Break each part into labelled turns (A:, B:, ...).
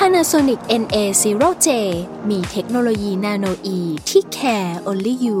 A: Panasonic NA0J มีเทคโนโลยีนาโนอีที่ care only you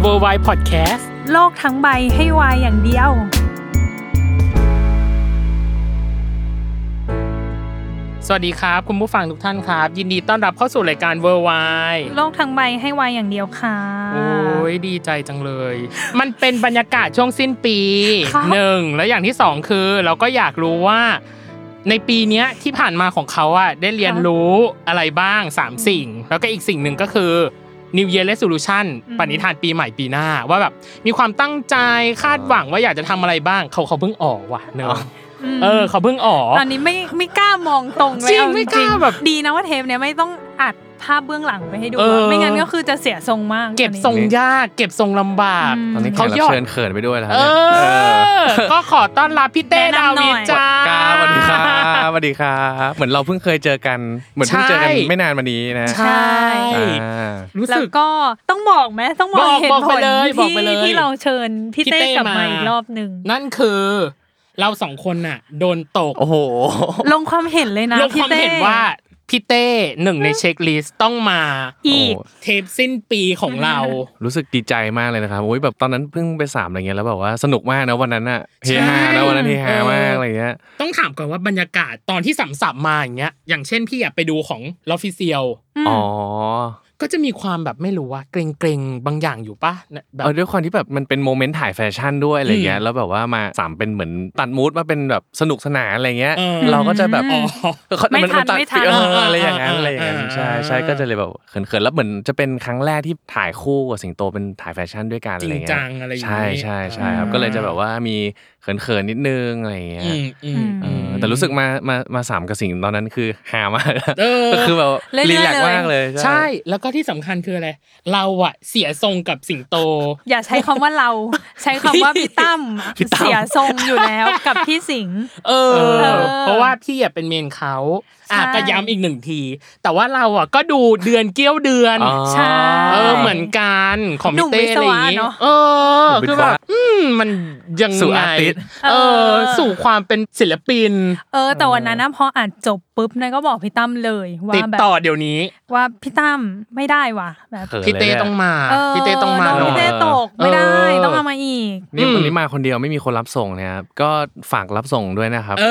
B: เวอร์ไวพอดแคสต์
C: โลกทั้งใบให้วายอย่างเดียว
B: สวัสดีครับคุณผู้ฟังทุกท่านครับ ยินดีต้อนรับเข้าสู่รายการเวอร์ไว
C: โลกทั้งใบให้วายอย่างเดียวค่ะ
B: โอ้ยดีใจจังเลย มันเป็นบรรยากาศช่วงสิ้นปี
C: ครับ
B: หนึ่งแล้วอย่างที่สองคือเราก็อยากรู้ว่า ในปีเนี้ยที่ผ่านมาของเขาอะได้เรียนรู้อะไรบ้างสามสิ่ง แล้วก็อีกสิ่งหนึ่งก็คือ New Year Resolution ปณิธานปีใหม่ปีหน้า ว่าแบบมีความตั้งใจคาดหวังว่าอยากจะทำอะไรบ้างเขาเขาเพิ่งออกว่ะเนอะ
C: ม
B: เออเขาเพิ่งออก
C: ตอนนี้ไม่ไม่กล้ามองตรงเลย
B: จริง
C: เอ
B: ไม่กล้าแบบ
C: ดีนะว่าเทปเนี้ยไม่ต้องอัดภาพเบื้องหลังไปให้ดู
B: เออ
C: ไม่งั้นก็คือจะเสียทรงมาก
B: เก็บ
C: ตอนนี้
B: ทรงยากเก็บทรงลำบาก
C: อืม
D: ตอนนี้แขกรับเชิญเขินไปด้วยแล้ว
B: เอ
D: เนี่ย
B: อ ก็ขอต้อนรับพี่เต้ดาน
C: แนะำหน่
B: วิ
C: อย
B: ดจ้า
D: ครับสวัสดีครับสวัสดีครับ เหมือนเราเพิ่งเคยเจอกัน เหมือนเพิ่งเจอกัน
B: ใช่
D: ไม่นานมานี้นะ
B: ใช่
D: อ่า
B: รู้
C: แล้ว
B: สึก
C: ก็ต้องบอกไหมต้องบ
B: บอกอก
C: เห
B: บอก
C: ตุผ
B: ไป
C: ล
B: เลยบอก
C: ที่
B: ไปเลย
C: ที่เราเชิญพี่
B: พี่
C: เต้
B: เต้
C: กลับมา
B: มา
C: อีกรอบหนึ่ง
B: นั่นคือ เราสองคนน่ะ โดนตก
D: โอ้โห
C: ลงความเห็นเลยนะ
B: ลงค
C: พี่
B: วาม
C: เต้
B: เห็นว่าพี่เต้หนึ่งในเช็คลิสต์ต้องมา
C: อีก
D: โอ้
B: เทปสิ้นปีของเรา
D: รู้สึกดีใจมากเลยนะครับโอ้ยแบบตอนนั้นเพิ่งไปสามอะไรเงี้ยแล้วแบบว่าสนุกมากนะวันนั้นอะเฮฮานะวันนั้นเฮฮามากอะไรเงี้ย
B: ต้องถามก่อนว่าบรรยากาศตอนที่สัมสับมาอย่างเงี้ย อย่างเช่นพี่อยากไปดูของลอฟิเซียล
D: อ๋อ
B: ก็จะมีความแบบไม่รู้ว่าเกรงเกรงๆบางอย่างอยู่ปะแบบ
D: เออด้วยความที่แบบมันเป็นโมเมนต์ถ่ายแฟชั่นด้วยอะไรเงี้ย แล้วแบบว่ามาสามเป็นเหมือนตัดมูดมาเป็นแบบสนุกสนานอะไรเงี้ย
B: เออ
D: เราก็จะแบบ
B: อ๋อ
D: เขา
C: ไม่
D: มัน
C: ทัน
D: มันตัด
C: ไม่ทัน
D: เออ
B: เอออ
D: อะไรอย่างนั้น
B: เออ
D: อะไรอย่างนั้น
B: เออ
D: ใช่ใช่
B: เออ
D: ก็จะเลยแบบเขินๆแล้วเหมือนจะเป็นครั้งแรกที่ถ่ายคู่กับสิงโตเป็นถ่ายแฟชั่นด้วยกัน
B: จ
D: อะ
B: ริ
D: ไรง เงี้ย
B: จังอะไรอย่าง
D: ใช่
B: งี้
D: ใช่ใช่ครับ
C: อ่า
D: ก็เลยจะแบบว่ามีเขินๆนิดนึงอะไรอย่างเงี้ย
B: อืมอืม
D: เอ
B: อื
D: อ
B: ม
D: อแต่รู้สึกมามามาสามกับสิงตอนนั้นคือฮามาก
B: เออ
D: ก็คือแบบ
C: เรื่อยๆ
D: รีแลกซ์
C: เลย
D: มากเลย
B: ใช่แล้วก็ที่สำคัญคืออะไร เราอะเสียทรงกับสิงโต
C: อย่าใช้คำว่าเรา ใช้คำว่าพี่ตั้มเสียทรงอยู่แล้วกับพี่สิงห์
B: เอ
C: เอ
B: อ
C: อ
B: เพราะว่าพี่อะเป็นเมนเขาอ่ะ
C: ใช่
B: ก็ย้ำอีกหนึ่งที แต่ว่าเราอะก็ดูเดือนเกี้ยวเดือน
D: อ๋อ
C: ใช่
B: เออเหมือนกันของ
C: หนุ่
B: พี่
C: ม
B: เต้
C: วิศ
B: อะไรอ
C: วะ
B: ย่างงี้
C: เนอะ
B: เออ
D: หนุ่มวิ
B: คือ
D: ศวะ
B: แบบอืมมันยัง
D: สู่
B: ไง
D: artist
B: เอ
C: เอ
B: อ
C: อ
B: สู่ความเป็นศิลปิน
C: เออแต่วันนั้นนะพออ่านจบปุ๊บนายก็บอกพี่ตั้มเลยว่า
B: ติด
C: แบบ
B: ต่อเดี๋ยวนี้
C: ว่าพี่ตั้มไม่ได้ว่ะแบบ
D: ขินลย
B: พี่เต้ต้องมา
C: เออ
B: พี่เต้ต้องมา
C: น้
D: อ
C: พี่เต้ตกไม่ได้
B: เออ
C: ต้องเอามาอีก
D: นี่
B: อืม
D: วันนี้มาคนเดียวไม่มีคนรับส่งเนะครับก็ฝากรับส่งด้วยนะครับ
B: เอ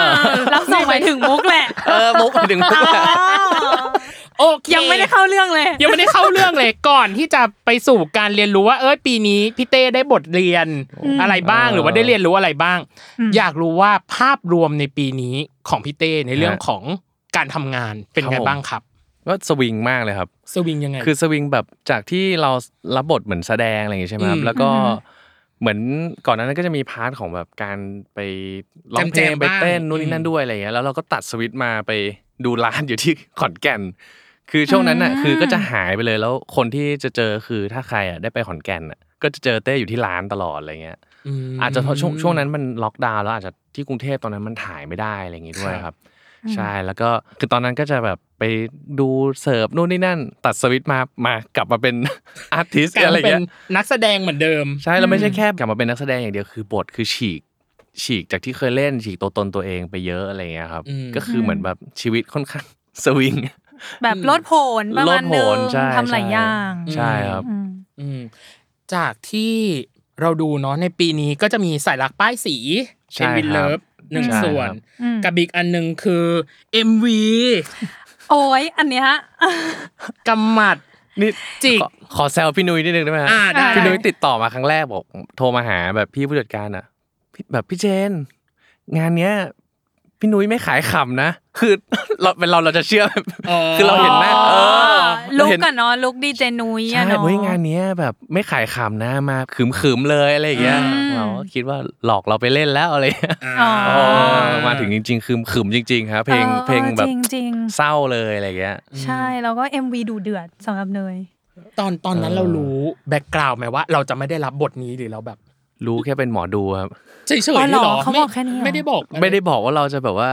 B: อ
C: เราส่งไปถึงมุกแหละ
D: เออมุกถึงมุกอะ
B: โอเค
C: ยังไม่ได้เข้าเรื่องเลย
B: ยังไม่ได้เข้าเรื่องเลยก่อนที่จะไปสู่การเรียนรู้ว่า เอ้ยปีนี้พี่เต้ได้บทเรียนอะไรบ้าง
D: เออ
B: หรือว่าได้เรียนรู้อะไรบ้าง
C: อืม
B: อยากรู้ว่าภาพรวมในปีนี้ของพี่เต้ในเรื่องของการทำงานเป็นไงบ้างครับ
D: ก็สวิงมากเลยครับ
B: สวิงยังไง
D: คือสวิงแบบจากที่เรารับบทเหมือนแสดงอะไรอย่างงี้ใช่ไหมครั
B: อื
D: บ
B: ม
D: แล้วก็
C: อืม
D: เหมือนก่อนหนานั้นก็จะมีพาร์ทของแบบการไปร้องเพ
B: แจ
D: ล
B: ม
D: ง
B: ๆ
D: ไปเต้น
B: บ้าง
D: นู่น
B: อื
D: นี่
B: ม
D: นั่นด้วยอะไรอย่างเงี้ยแล้วเราก็ตัดสวิตช์มาไปดูร้านอยู่ที่ขอนแก่น คือช่วงนั้นน่ะคือก็จะหายไปเลยแล้วคนที่จะเจอคือถ้าใครอ่ะได้ไปขอนแก่นอ่ะก็จะเจอเต้อยู่ที่ร้านตลอดอะไรเงี้ย
B: ม
D: อาจจะเพราะช่วงช่วงนั้นมันล็อกดาวน์แล้วอาจจะที่กรุงเทพตอนนั้นมันถ่ายไม่ได้อะไรอย่างงี้ด้วยครับ ใช่แล้วก็คือตอนนั้นก็จะแบบไปดูเสิร์ฟนู่นนี่นั่น ตัดสวิตช์มามากลับมาเป็น อาร์ติส
B: กลับ
D: อะไร
B: มาเป็
D: เงี้
B: น
D: ย
B: นักแสดงเหมือนเดิม
D: ใช่เราไม่ใช่แค่กลับมาเป็นนักแสดงอย่างเดียวคือบทคือฉีก ฉีกจากที่เคยเล่นฉีกตัวตนตัวเองไปเยอะอะไรเงี้ยครับ
B: อืม
D: ก็คือเหมือนแบบชีวิตค่อนข้าง สวิง
C: แบบลดโผนประมาณหนึง
D: ลดโผนใช่
C: ทำหลายอย่าง
D: ใช่ครับ
C: อืม
B: อืมจากที่ เราดูเนาะในปีนี้ก็จะมีสายลักป้ายสี
D: ใช่
B: เป็นวิน
D: ครับ
B: เลิฟหนึ่ง
D: ใช่
B: ส่วน
D: ครับ
C: อืม
B: กับอีกอันหนึ่งคือ MV
C: โอ้ยอันเนี้ย
B: กำหมัด
D: นี่
B: จิก
D: ขอขอแซวพี่นุ้ยนิดนึงได้ไหมฮะ
B: อ่าได้
D: พี่นุ้ยติดต่อมาครั้งแรกบอกโทรมาหาแบบพี่ผู้จัดการอ่ะพี่แบบพี่เจน งานเนี้ย พี่นุ้ยไม่ขายขำนะ คือ เราเป็นเราเราจะเชื่อ แบบ
B: อ๋อ
D: คือเราเห็นหน้าเออ
C: ลุก
D: เห็น
C: อะเนาะลุกดีเจนุ้ย
D: ใช่
C: อะเนาะ
D: เฮ้ยงานเนี้ยแบบไม่ขายขำนะมาขืมๆเลยอะไรอย่างเงี้ย
C: อืม
D: เราก็คิดว่าหลอกเราไปเล่นแล้วอะไรเงี้ย
C: อ๋อ
D: มาถึงจริง ๆ คือขึมจริง ๆ ครับ เพลง
C: ออ
D: เพลงแบบ
C: จริงจริง
D: เศร้าเลยอะไรเงี้ย
C: ใช่แล้วก็ MV ดูเดือดสำหรับเนย
B: ตอนตอนนั้น
D: เออ
B: เรารู้แบ็กกราวด์ไหมว่า เราจะไม่ได้รับบทนี้หรือเราแบบ
D: รู้แค่เป็นหมอดูครับ
B: เฉยๆ
C: อ๋อเหรอ
B: หรอ
C: เขาบอกแค่นี้เหรอ
B: ไม่ได้บอก
D: ไม่ได้บอกว่าเราจะแบบว่า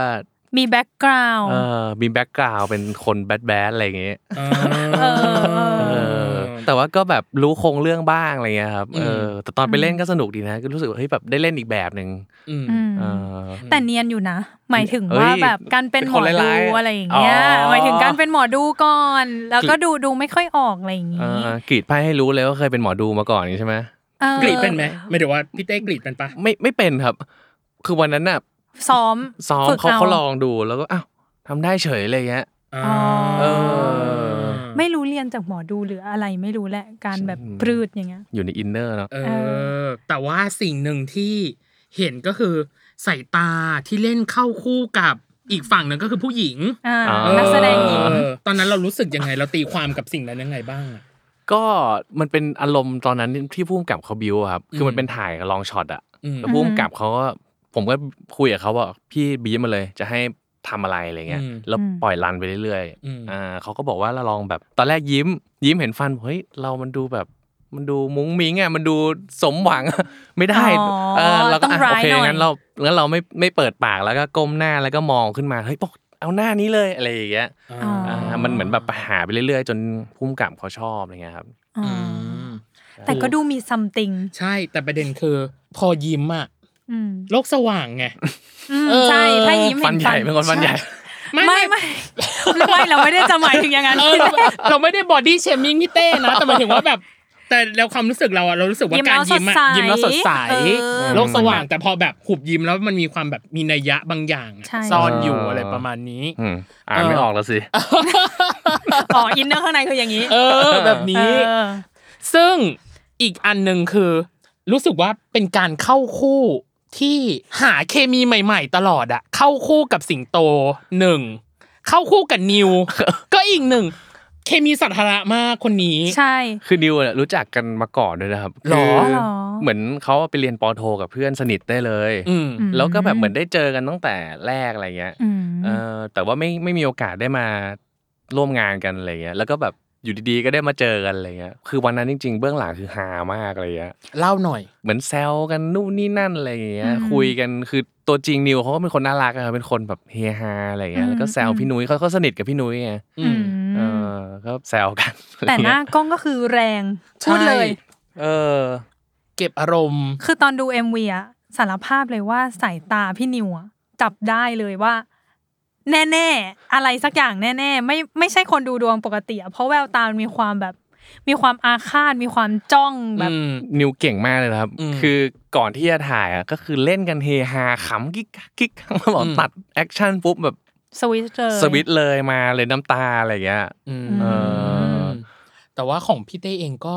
C: มีแบ็กกราวด์
D: เออมีแบ็กกราวเป็นคนแบดแบดอะไรอย่างเงี้ย
B: เอ
C: เออเอ
D: เออ
B: อ
D: แต่ว่าก็แบบรู้โครงเรื่องบ้างอะไรเงี้ยครับ
B: อืม
D: เออแต่ตอนไปเล่นก็สนุกดีนะก็รู้สึกว่าเฮ้ยแบบได้เล่นอีกแบบหนึ่ง
B: อืม
C: ม
D: เออ
C: แต่เนียนอยู่นะ หมายถึง
D: เอ้ย
C: ว่าแบบการเป็นหมอ
D: เป็นคน
C: ดู
D: ร้ายๆ
C: อะไรอย่างเงี้ย
D: อ๋อ
C: หมายถึงการเป็นหมอดูก่อน แล้วก็ดูดูไม่ค่อยออกอะไรอย่าง
D: เอ
C: งี้
D: อกรีดไพ่ให้รู้เลยว่าเคยเป็นหมอดูมาก่อนอย่างงี้ใช่ไหม
C: เออก
B: รีดเป็นไหมไม่เดี๋ยวว่าพี่เต้กรีดเป็นปะ
D: ไม่ไม่เป็นครับ คือวันนั้นน่ะ
C: ซ้อม
D: ซ้อม
C: ฝึก
D: เขา
C: อ
D: เขาลองดูแล้วก็อ้าวทำได้เฉยเลยเงี้ย
B: อ๋อ
D: เออ
C: ไม่รู้เรียนจากหมอดูหรืออะไรไม่รู้แหละการแบบปรืดอย่างเงี้ย
D: อยู่ในอินเนอร์เนาะ
B: เอ
C: เอ
B: อ แต่ว่าสิ่งหนึ่งที่เห็นก็คือสายตาที่เล่นเข้าคู่กับอีกฝั่งหนึ่งก็คือผู้หญิง
C: อ่า
D: า
C: นักแสดงหญิง
B: เออตอนนั้นเรารู้สึกยังไงเราตีความกับสิ่งนั้นยังไงบ้างอะ
D: ก็มันเป็นอารมณ์ตอนนั้นที่พุ่มกับเขาบิวอะครับ คือมันเป็นถ่ายกับลองช็อตอะ
B: อืม
D: แล้วพุ่มกับเขาก็ผมก็คุยกับเขาว่าพี่บีบมาเลย จะให้ทำอะไรอะไรเงี้ย
B: อืม
D: แล้วปล่อยรันไปเรื่อย
B: อืม
D: ๆอ่าเขาก็บอกว่าเราลองแบบ ตอนแรกยิ้ม ยิ้มเห็นฟันเฮ้ยเรามันดูแบบ มันดูมุ้งมิ้งอะมันดูสมหวังอะ ไม่ได้
C: อ๋อ
D: เออเราก็
C: ต้อง
D: อ่ะ
C: ร้า
D: โอย เค
C: หน่อย
D: งั้นเรา งั้นเราไม่ไม่เปิดปากแล้วก็ก้มหน้าแล้วก็มองขึ้นมาเฮ้ยบอกเอาหน้านี้เลยอะไรอย่างเงี้ย
C: อ๋อ
D: อ่ามันเหมือนแบบหาไปเรื่อยๆ จนพุ่มกับเขาชอบอะไรเงี้ยครับ
C: อ๋อ
B: อื
C: อ
B: ม
C: แต่ก็ดูมีซัมติง
B: ใช่แต่ประเด็นคือ พอยิ้มอะ
C: อืม
B: โลกสว่างไง
C: อืม
B: เออ
C: ใช่ถ้ายิ้มเห็น
D: ฟันใหญ่เป็นคนฟันใหญ่
C: ไม่ไม่ไม่ไม่เราไม่ได้จะหมายถึงอย่างนั้น
B: เออเราเราไม่ได้บอดี้เชมิ่งพี่เต้นะ แต่หมายถึงว่าแบบ แต่แล้วความรู้สึกเราอะเรารู้สึกว่า
C: ยิ้ม
B: การ
C: แล้ว
B: ยิ้มอะ
C: สดใส
B: ยิ้มแล้วสดใส
C: เออ
B: โลกสว่าง แต่พอแบบหุบยิ้มแล้วมันมีความแบบมีนัยยะบางอย่างอะ
C: ใช่
B: ซ่อนอยู่
D: เอออ
B: อะไรประมาณนี้
D: อืมอ่านไม่ออกแล้วสิ
C: อ๋ออินเนอร์ข้างในคืออย่างนี้
B: เออ แบบ
C: เอ
B: นี้
C: อ
B: ซึ่งอีกอันหนึ่งคือ รู้สึกว่าเป็นการเข้าคู่ที่หาเคมีใหม่ ๆ ตลอดอะเข้าคู่กับสิงโตหนึ่งเข้าคู่กับ นิว ก็อีกหนึ่งเคมีสัทธาระมากคนนี้
C: ใช่
D: คือนิวเนี่ยรู้จักกันมาก่อนด้วยนะครับ
B: หรอ
D: คื
C: หรอ
D: เหมือนเขาไปเรียนปอโทกับเพื่อนสนิทได้เลย
B: อืม
D: แล้วก็แบบเหมือนได้เจอกันตั้งแต่แรกอะไรเงี้ย
C: อืม
D: เออแต่ว่าไม่ไม่มีโอกาสได้มาร่วมงานกันอะไรเงี้ย แล้วก็แบบอยู่ดีๆก็ได้มาเจอกันอะไรเงี้ย คือวันนั้นจริง ๆ เบื้องหลังคือฮามากอะไรเงี้ย
B: เล่าหน่อย
D: เหมือนแซวกันนู่นนี่นั่นอะไรอย่างเงี้ยคุยกันคือตัวจริงนิวเขาก็เป็นคนน่ารักอะเป็นคนแบบเฮฮาอะไรอย่างเงี้ยแล้วก็แซวพี่นุ้ยเขาเขาสนิทกับพี่นุ้ยไง
B: อืม
D: เออก็แซวกัน
C: แต่หน้า
D: อะไรเงี้ย
C: กล้องก็คือแรง
B: ใช่
C: พูดเลย
D: เออ
B: เก็บอารมณ์
C: คือตอนดู MV อะสารภาพเลยว่าสายตาพี่นิวอะจับได้เลยว่า แน่ๆ อะไรสักอย่างแน่ๆ ไม่ไม่ใช่คนดูดวงปกติอะเพราะแววตามันมีความแบบ มีความอาฆาตมีความจ้องแบบ
D: นิวเก่งมากเลยนะครับ
B: อืม
D: คือก่อนที่จะถ่ายอ่ะก็คือเล่นกันเฮฮาขำกิ๊กกักกิ๊กกักแล้วบอก
B: อืม
D: ตัดแอคชั่นปุ๊บแบบ
C: สวิตช์เลย
D: สวิตช์เลยมาเลยน้ำตาอะไรอย่างเงี้ย
B: อืม
D: เออ
B: แต่ว่าของพี่เต้เองก็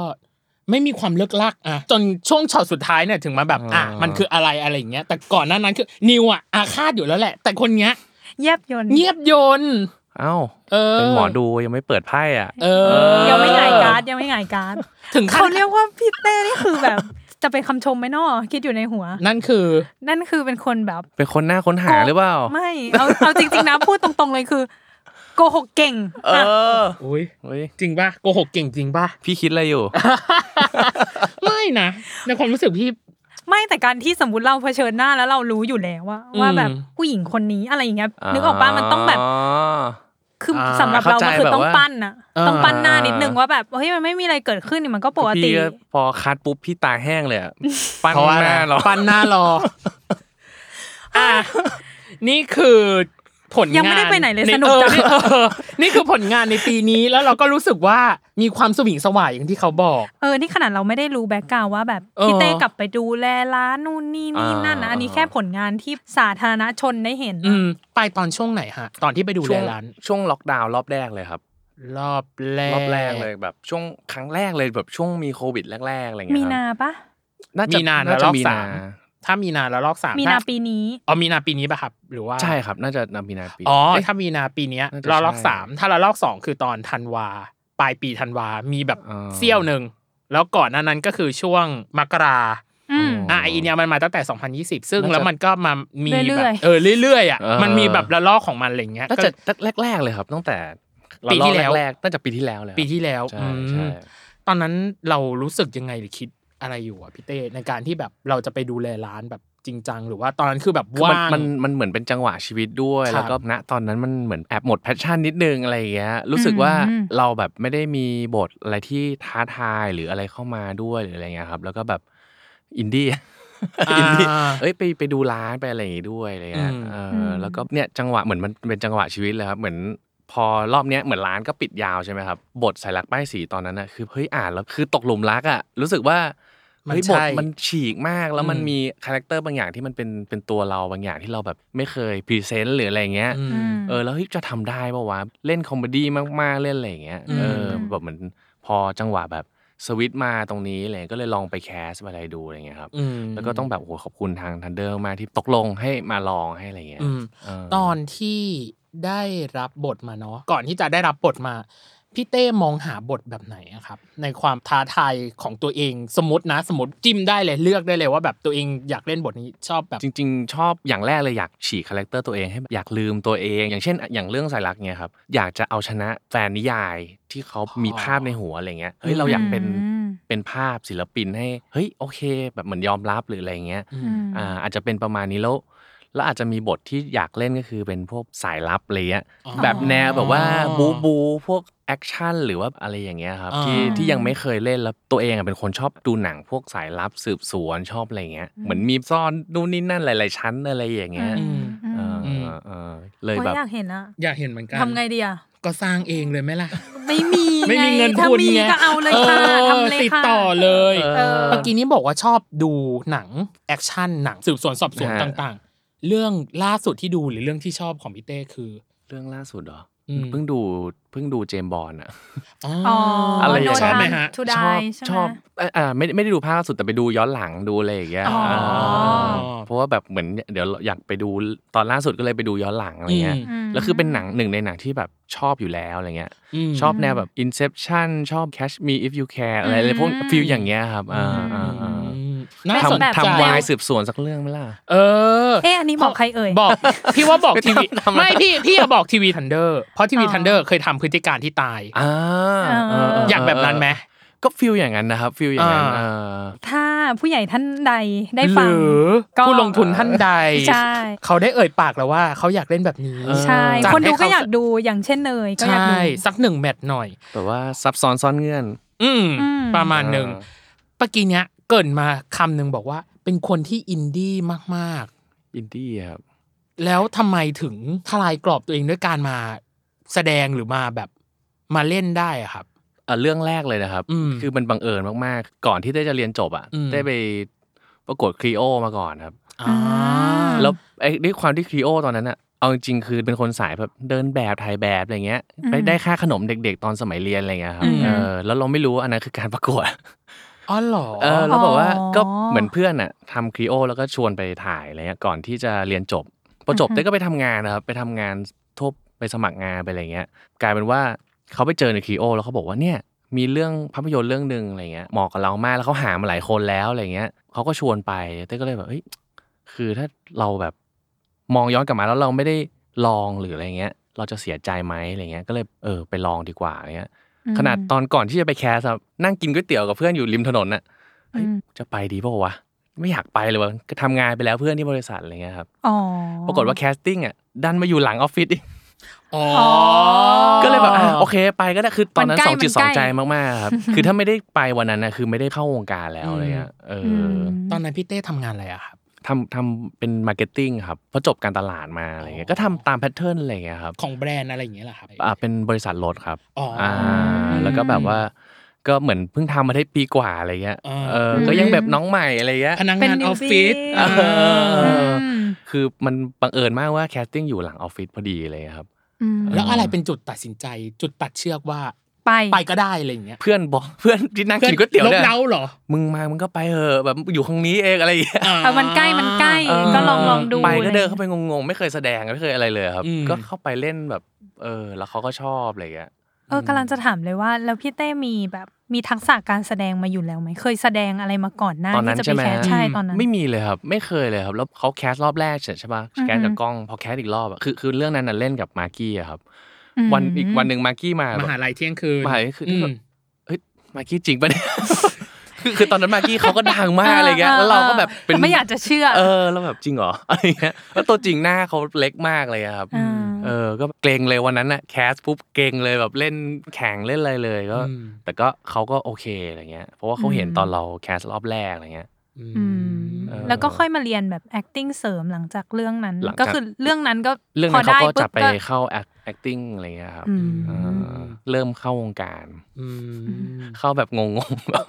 B: ไม่มีความเลิกลักอะจนช่วงช็อตสุดท้ายเนี่ยถึงมาแบบอ่ะ
D: อ่ามั
B: มันคืออะไรอะไรอย่างเงี้ย แต่ก่อนหน้านั้นคือนิวอะอาฆาตอยู่แล้วแหละ แต่คนเนี้ย
C: เยียบยนต์
B: เงียบยนต์
D: เอ้า
B: เออ
D: เป็นหมอดูยังไม่เปิดไพ่อ่ะ
B: เออ
C: ยังไม่หงายการ์ดยังไม่หงายการ์ด
B: ถึง
C: เขา
B: ขั้น
C: เรียกว่าพี่เต้นี่คือแบบ จะเป็นคำชมไหมเนอะคิดอยู่ในหัว
B: นั่นคือ
C: นั่นคือเป็นคนแบบ
D: เป็นคนหน้าค้นหาหรือเปล่า
C: ไม่เอาเอาจริง ๆ นะพูดตรง ๆ เลยคือ โกหกเก่ง
D: เอ
C: อะ
D: อ
B: อุ้ย
D: เฮ้ย
B: จริงป่ะโกหกเก่งจริงป่ะ
D: พี่คิดอะไรอยู่
B: ไม่นะในความรู้สึกพี่
C: ไม่แต่การที่สมมติเราเผชิญหน้าแล้วเรารู้อยู่แล้วว่า
B: อืม
C: ว่าแบบผู้หญิงคนนี้อะไรอย่างเงี้ยนึกออกป่ะมันต้องแบบคือ
D: อ่า
C: สำหรับเรามันคือ
D: เข้าใจ
C: ต้อง
D: แบบว่า
C: ปั้นอะต้องปั้นหน้านิดนึง
D: อ่า
C: ว่าแบบเฮ้ยมันไม่มีอะไรเกิดขึ้นนี่มันก็ปกติ
D: พี่พอคัดปุ๊บพี่ตาแห้ง เลยอะปั้น
B: เพราะว่า
D: หน้าเรา
B: ปั้นหน้ารอ อ่ะนี่คือ ผลงาน
C: ยังไม่ได้ไปไหนเลย
B: ใ
C: สนุกจัง
B: เออเออนี่คือผลงานในปีนี้แล้วเราก็รู้สึกว่ามีความสวิงสว่ายอย่างที่เขาบอก
C: เออ นี่ขนาดเราไม่ได้รู้แบ็กกราวว่าแบบ
B: เออ
C: พี่เต้กลับไปดูแลร้านนู่นนี่นี่นั่นนะ
D: อ่า
C: อันนี้แค่ผลงานที่สาธารณชนได้เห็น
B: อืม ไปตอนช่วงไหนฮะ ตอนที่ไปดู
D: ช่
B: แล
D: วง
B: ร้าน
D: ช่วงล็อกดาวน์รอบแรกเลยครับ
B: รอบแรก
D: รอบแรกเลยแบบช่วงครั้งแรกเลยแบบช่วงมีโควิดแรกๆอะไรเงี้ย
C: มี
D: ครับ
C: นาปะ
D: น่าจะ
B: มีนา
D: น่า
B: แล้วร
D: จะ
B: อบ
D: มี
B: สาม
D: นา
B: ถ้ามีนาแล้วรอบสาม
C: มีนาปีนี้
B: อ๋อมีนาปีนี้ป่ะครับ หรือว่า
D: ใช่ครับ น่าจะนำมีนาปี
B: อ๋อ
D: เะ
B: ถ้ามีนาปีเนี้ย
D: น่าจะ
B: รอบรอบ
D: ใช่
B: สามถ้าเรารอบสองคือตอนธันวาปลายปีธันวามีแบบ
D: อ่า
B: เซี่ยวหนึ่งแล้วก่อนหน้านั้นก็คือช่วงมกรา
C: อืม
B: อ่ะไออีเนี่ยมันมาตั้งแต่ 2020 ซึ่ง
D: น่าจะ
B: แล้วมันก็มามี
C: เรื่
B: แบบ
C: อยๆ
B: เออเรื่อยๆอ่ะ
D: เออ
B: มันมีแบบระลอกของมันอะไรเงี้ย
D: น่า
B: ก็
D: จะแรกๆเลยครับ ตั้งแต่
B: ปีที่แล้ว
D: รอบรกๆน่าจะปีที่แล้วเลยครับ
B: ปีที่แล้ว
D: ใช่
B: อืม
D: ใช่
B: ตอนนั้นเรารู้สึกยังไงหรือคิดอะไรอยู่อ่ะพี่เต้ในการที่แบบเราจะไปดูแลร้านแบบจริงจังหรือว่าตอนนั้นคือแบบ
D: คือ
B: ว่า
D: มัน
B: ง
D: มันมันเหมือนเป็นจังหวะชีวิตด้วย
B: ครับ
D: แล้วก็ณตอนนั้นมันเหมือนแอบหมดแพชชั่นนิดนึงอะไรอย่างเงี้ยรู้สึกว่า
C: อืม
D: เราแบบไม่ได้มีบทอะไรที่ท้าทายหรืออะไรเข้ามาด้วยหรืออะไรเงี้ยครับ แล้วก็แบบอินดี้ อินดี้
B: อ่า
D: เอ้ยไปไปดูร้านไปอะไรอย่างงี้ด้วยอะไรเงี้ย
B: อืม
D: เออ
C: ม
D: อแล้วก็เนี่ยจังหวะเหมือนมันเป็นจังหวะชีวิตเลยครับเหมือนพอรอบเนี้ยเหมือนร้านก็ปิดยาวใช่ไหมครับบทสายรักป้ายสีตอนนั้นน่ะคือเฮ้ยอ่านแล้วคือตกหลุมรักอ่ะรู้สึกว่า
B: มัน
D: เฮ้ยบ
B: ใช่
D: ทมันฉีกมากแล้วมัน
B: อืม
D: มีคาแรคเตอร์บางอย่างที่มันเป็นเป็นตัวเราบางอย่างที่เราแบบไม่เคยพรีเซนต์หรืออะไรเงี้ย
B: อืม
C: อืม
D: เออแล้วเฮ้ยจะทำได้ปะวะเล่นคอมเมดี้มากๆเล่นอะไรเงี้ย
B: อืม
D: เออแบบเหมือนพอจังหวะแบบสวิตช์มาตรงนี้อะไรเงี้ยก็เลยลองไปแคสไปอะไรดูอะไรเงี้ยครับ
B: อืม
D: แล้วก็ต้องแบบโหขอบคุณทางทันเดอร์มากที่ตกลงให้มาลองให้อะไรเงี้ย
B: อืม
D: เ
B: ตอนที่ได้รับบทมาเนาะก่อนที่จะได้รับบทมาพี่เต้มองหาบทแบบไหนอะครับ ในความท้าทายของตัวเองสมมตินะ สมมติจิ้มได้เลยเลือกได้เลยว่าแบบตัวเองอยากเล่นบทนี้ชอบแบบ
D: จริงๆ ชอบอย่างแรกเลยอยากฉีกคาแรคเตอร์ตัวเองให้แบบอยากลืมตัวเอง อย่างเช่น อย่างเรื่องสายรักเนี่ยครับอยากจะเอาชนะแฟนนิยายที่เขามีภาพในหัวอะไรเงี้ยเฮ้ยเราอยากเป็น
C: อืม
D: เป็นภาพศิลปินให้เฮ้ยโอเค แบบเหมือนยอมรับหรืออะไรเงี้ย
B: อืม
C: อืม
D: อ่าอาจจะเป็นประมาณนี้แล้วแล้วอาจจะมีบทที่อยากเล่นก็คือเป็นพวกสายลับอะไรเงี้ย
B: อ๋อ
D: แบบแนวแบบว่าบูบูพวกแอคชั่นหรือว่าอะไรอย่างเงี้ยครับที่
B: อ่า
D: ที่ยังไม่เคยเล่นแล้วตัวเองอะเป็นคนชอบดูหนังพวกสายลับสืบสวนชอบอะไรเงี้ยเหมือนมีซ่อนนู่นนี่นั่นหลาย ๆ ชั้นอะไรอย่างเงี้ย
B: อืม
D: เออ
B: อืม
D: เออเลย
C: โอ้ย
D: แบบ
C: อยากเห็นอะ
B: อยากเห็นเหมือนกัน
C: ทำไงดีอะ
B: ก็สร้างเองเลยไหมล่ะ
C: ไม่มี
B: ไม่มีเงิน
C: ถ้า
B: คุณ
C: มี
B: ไง
C: ก็เอาเลยค่ะ
B: ออ
C: ทำเลยค่ะ
B: ติดต่อเลย
D: เออ
C: เออ
B: เมื่อกี้นี้บอกว่าชอบดูหนังแอคชั่นหนังสืบสวนสอบสวน
D: ฮะ
B: ต่างๆ เรื่องล่าสุดที่ดูหรือเรื่องที่ชอบของพี่เต้คือ
D: เรื่องล่าสุดเหรอ
B: อืม
D: เพิ่งดูเพิ่งดูเจมส์บอลอะ
B: อ๋อ
D: อะ
B: อะไร
D: อย่างเงี้ย
B: ชอบไหมฮะ
C: No Time to
D: ช
C: Die ใช่
D: อบ
C: ไหม
D: ชอบเอ่ออ่าไม่ไม่ได้ดูภาคล่าสุดแต่ไปดูย้อนหลังดูอะไรอย่างเงี้ย
C: อ๋ออ่
D: าเพราะว่าแบบเหมือนเดี๋ยวอยากไปดูตอนล่าสุดก็เลยไปดูย้อนหลังอะไรเงี้ย
B: อืม
D: แล้วคือเป็นหนังหนึ่งในหนังที่แบบชอบอยู่แล้วอะไรเงี้ย
B: ม
D: ชอบแนวแบบ Inception ชอบ Catch Me If You Care อะไร
C: อืม
D: อะไรพวกฟิลอย่างเงี้ยครับอ่าอ่าอ่า
B: อืมน่าสน
C: แบบ
D: ทำ
B: ใจ
D: ทำวายสืบสวนสักเรื่องไหมล่ะ
B: เออ
C: เอ๊ะอันนี้บอกใครเอ่ย
B: บอก พี่ว่าบอกทีวี
D: ทำไม
B: ไม่พี่พี่อย่าบอกทีวีทันเดอร์เพราะทีวี
C: อ๋อ
B: ทันเดอร์เคยทำพฤติการที่ตาย
D: อ่าเเ
B: อยากแบบนั้นไหม
D: ก็ฟิลอย่างนั้นนะครับฟิลอย่างนั้น
B: อ่า
D: เออ
C: ถ้าผู้ใหญ่ท่านใดได้ฟัง
B: หรือ
C: ก็
B: ผู้ลงทุนท่านใด
C: ใช่
B: เขาได้เอ่ยปากแล้วว่าเขาอยากเล่นแบบนี้
D: เออ
C: ใช่
B: จั
C: คนดู
B: ให้เข
C: ก็อยากดูอย่างเช่นเนยก็อยาก
B: ใช่
C: ดู
B: สักหนึ่งแมตช์หน่อย
D: แต่ว่าซับซ้อนซ่อนเงื่อน
B: อืม
C: อืม
B: ประมาณหนึ่ง
D: อ่า
B: ปกี้เนี้ยเกรินมาคำหนึ่งบอกว่า เป็นคนที่อินดี้มาก
D: อินดี้ครับ
B: ๆ แล้วทำไมถึงทลายกรอบตัวเองด้วยการมาแสดงหรือมาแบบมาเล่นได้อะครับ
D: เอ่อเรื่องแรกเลยนะครับ
B: อืม
D: คือมันบังเอิญมากๆ ก่อนที่ได้จะเรียนจบอ่ะ
B: อืม
D: ได้ไปประกวดครีโอมาก่อนครับ
B: อ่า
C: ม
D: แล้วไอ้ด้วยความที่ครีโอตอนนั้นอ่ะเอาจริงๆคือเป็นคนสายแบบเดินแบบถ่ายแบบอะไรเงี้ย
C: อืม
D: ไปได้ค่าขนมเด็กๆ ตอนสมัยเรียนอะไรเงี้ยครั
B: อื
D: บ
B: ม
D: เออแล้วเราไม่รู้ว่าอันนั้นคือการประกวด
B: อ๋อเหรอ
D: เออเราบอกว่า
C: อ๋อ
D: ก็เหมือนเพื่อนอ่ะทำครีโอแล้วก็ชวนไปถ่ายอะไรเงี้ยก่อนที่จะเรียนจบพอจบได้ก็ไปทำงานนะครับไปทำงานทั่วไปสมัครงานไปอะไรเงี้ย กลายเป็นว่าเขาไปเจอในครีโอแล้วเขาบอกว่าเนี่ยมีเรื่องภาพยนตร์เรื่องหนึ่งอะไรเงี้ยเหมาะกับเรามากแล้วเขาหามาหลายคนแล้วอะไรเงี้ยเขาก็ชวนไปเต้ก็เลยแบบเอ้ยคือถ้าเราแบบมองย้อนกลับมาแล้วเราไม่ได้ลองหรืออะไรเงี้ย เราจะเสียใจไหมอะไรเงี้ยก็เลยเออไปลองดีกว่าอะไรเงี้ย
C: อืม
D: ขนาดตอนก่อนที่จะไปแคสอะนั่งกินก๋วยเตี๋ยวกับเพื่อนอยู่ริมถนนน่ะเฮ้ย
C: อืม
D: จะไปดีเปล่าวะไม่อยากไปเลยวะก็ทำงานไปแล้วเพื่อนที่บริษัทอะไรเงี้ยครับ
C: อ๋อ
D: ปรากฏว่าแคสติ้งอ่ะดันมาอยู่หลังออฟฟิศอีก
B: อ๋อ
D: ก็เลยแบบอ่ะโอเคไปก็ได้คือตอนนั้น
C: มันใกล้
D: สองจิต
C: มัน
D: ส
C: ใก
D: อ
C: ล้
D: งใจมาก ๆครับ คือถ้าไม่ได้ไปวันนั้นนะคือไม่ได้เข้าวงการแล้วอะไรเลยอ่ะเออ
C: ม
D: อ
B: ตอนนั้นพี่เต้ทำงานอะไรอะครับ
D: ทำทำเป็นมาร์เก็ตติ้งครับเพราะจบการตลาดมาอะไรเงี้ยก็ทำตามแพทเทิร์นอะไรเงี้ยครับ
B: ของแบรนด์อะไรอย่างเงี้ยเหรอครับ
D: อ่าเป็นบริษัทรถครับ
B: อ๋ออ่
D: ่าแล้วก็แบบว่าก็เหมือนเพิ่งทำมาได้ปีกว่าอะไรเงี้ย
B: อ่า
D: เออก็ยังแบบน้องใหม่อะไรเงี้ย
B: พนัก
C: เป็น
B: งานอ
C: newbie
B: อฟฟิศ
D: เออ
B: เออ
C: ม
D: คือมันบังเอิญมากว่าแคสติ้งอยู่หลังออฟฟิศพอดีเลยครับ
C: อืม
B: แล้วอะไรเป็นจุดตัดสินใจ จุดตัดเชือกว่า
C: ไป
B: ไปก็ได้อะไรอย่างเงี้ย
D: เพื่อนบอกเพื่อนที่นั่งกินก๋วยเตี๋ยว
B: ลบ
D: เนี่ย
B: เล้าเหรอ
D: มึงมามึงก็ไปเถอะแบบอยู่ข้างนี้เองอะไรอย่างเงี้ย
B: อ่า
C: เออมันใกล้มันใกล้
D: เออ
C: ก็ลองลองดู
D: ไปก็เดิน
C: อะไรอย่างเงี้ย
D: เข้าไปงงๆ ไม่เคยแสดงไม่เคยอะไรเลยครับ
B: อืม
D: ก็เข้าไปเล่นแบบ เออ แล้วเขาก็ชอบอะไรอย่างเงี้ย
C: เออกำลังจะถามเลยว่า แล้วพี่เต้มีแบบมีทักษะการแสดงมาอยู่แล้วไหมเคยแสดงอะไรมาก่อนหน้า
D: ตอนนั้น
C: ที่จะไป
D: ใช่ไหม
C: แคสใช่ตอนนั้น
D: ไม่มีเลยครับ ไม่เคยเลยครับ แล้วเขาแคสรอบแรกเสร็จใช่ปะ
C: อือฮึ
D: แคสกับกล้อง พอแคสอีกรอบอะคือคือเรื่องนั้นน่ะเล่นกับมาร์กี้อะครับ
C: อืม
D: วันอีกวันหนึ่งมาร์กี้มาแบ
B: ม
D: บ
B: หาลัยเที่ยงคืน
D: มหาลัยเที่ยงคืน
B: ม
D: เฮ้ยมาร์กี้จริงปะเนี่ย คือคือตอนนั้นมาร์กี้เขาก็ดังมากอะไรเงี้ย แล้วเราก็แบบเป็น
C: ไม่อยากจะเชื่อ
D: เออแล้วแบบจริงเหรออะไรเงี้ยแล้วตัวจริงหน้าเขาเล็กมากเลยอะครับ
C: า
D: เออ ก็เกรงเลยวันนั้นอะแคสปุ๊บเกรงเลยแบบเล่นแข่งเล่นอะไรเลยก็
B: อืม
D: แต่ก็เขาก็โอเคอะไรเงี้ย เพราะว่าเขาเห็นตอนเราแคสรอบแรกอะไรเงี้ย
B: อื
C: อื
B: ม
C: ม
D: เออ
C: แล้วก็ค่อยมาเรียนแบบ acting เสริมหลังจากเรื่องนั้น
D: หลังจาก
C: ก็คือเรื่องนั้นก็
D: เรื่อง
C: พอ
D: นั้นเขา
C: ได้
D: ก็
C: ปุ๊
D: จะ
C: บ
D: ไป
C: ก็
D: เข้า act- acting อะไรเงี้ยครับ
C: อืม
D: เออเริ่มเข้าวงการ
B: อืม
D: เข้าแบบงงๆแบบ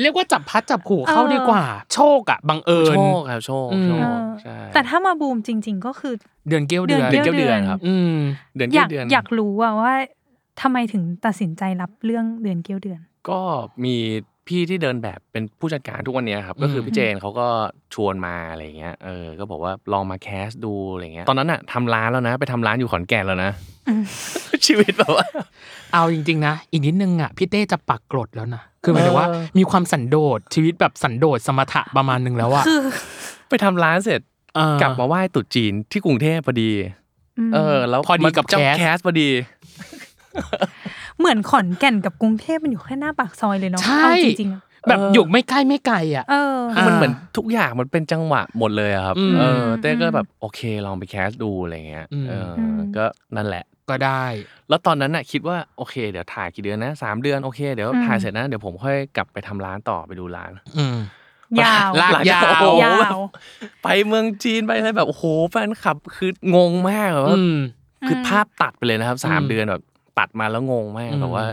B: เรียกว่าจับพัดจับผูเข้าดีกว่า โชคอะบังเอิญ
D: โชคครับโชคโช
B: อืม
C: เอ
D: ค
C: อ
D: ใช่
C: แต่ถ้ามาบูมจริง ๆ ก็คือ
B: เดือนเกี้ยว
C: เดื
B: เดื
C: อ
B: อน น
D: เดือนเกี้ยวเดือนครับ
B: อืม
D: เดือน
C: อ
D: เกี่
C: ยาย ก
D: วเดือน
C: อยากรู้ว่าว่าทำไมถึงตัดสินใจรับเรื่องเดือนเกี้ยวเดือน
D: ก็มีพี่ที่เดินแบบเป็นผู้จัดการทุกวันเนี้ยครับ ก็คืออ
B: ม
D: พี่เจนเขาก็ชวนมาอะไรเงี้ยเออก็บอกว่าลองมาแคสดูอะไรเงี้ยตอนนั้นอะทำร้านแล้วนะ ไปทำร้านอยู่ขอนแก่นแล้วนะ ชีวิตแบบว่า
B: เอาจริง ๆ นะ อีกนิดนึงอะพี่เต้จะปักกรดแล้วนะ คือหมายถึงว่า
D: เออ
B: มีความสันโดษชีวิตแบบสันโดษสมถะประมาณนึงแล้วอะ
C: คือ
D: ไปทำร้านเสร็จ
B: เออ
D: กลับมาไหว้ตรุ๊จีนที่กรุงเทพพอดี
C: ม
D: เออ แล้ว
B: พอดีกับ
D: มันเจ้า
B: แคส
D: แคสพอดี
C: เหมือนขอนแก่นกับกรุงเทพมันอยู่แค่หน้าปากซอยเลยเนาะ
B: ใช่
C: เอาจริงๆอะ
B: แบบอยู่ไม่ใกล้ไม่ไกลอะ
C: เออ
B: อ่ามั
D: มันเหมือนทุกอย่างมันเป็นจังหวะหมดเลยอะครับ
B: อืม
D: เออเต้ก็แบบโอเคลองไปแคสดูอะไรเงี้ย
B: อืม
D: เอออ
C: ม
D: ก็นั่นแหละ
B: ก็ได้
D: แล้วตอนนั้นน่ะคิดว่าโอเคเดี๋ยวถ่ายกี่เดือนนะสามเดือนโอเคเดี๋ยว
C: อืม
D: ถ่ายเสร็จนะเดี๋ยวผมค่อยกลับไปทำร้านต่อไปดูร้าน
B: อืม
C: ยาว
B: ลาก
D: หงจก
B: ยาว
D: โอ้โห
C: ยาว
D: ไปเมืองจีนไปอะไรแบบโอ้โหแฟนคลับคืองงมากแบบว่า
B: อืม
D: คือภาพตัดไปเลยนะครับสาม
B: อืม
D: เดือนแบบตัดมาแล้วงงมาก
B: อืม
D: แบบว่า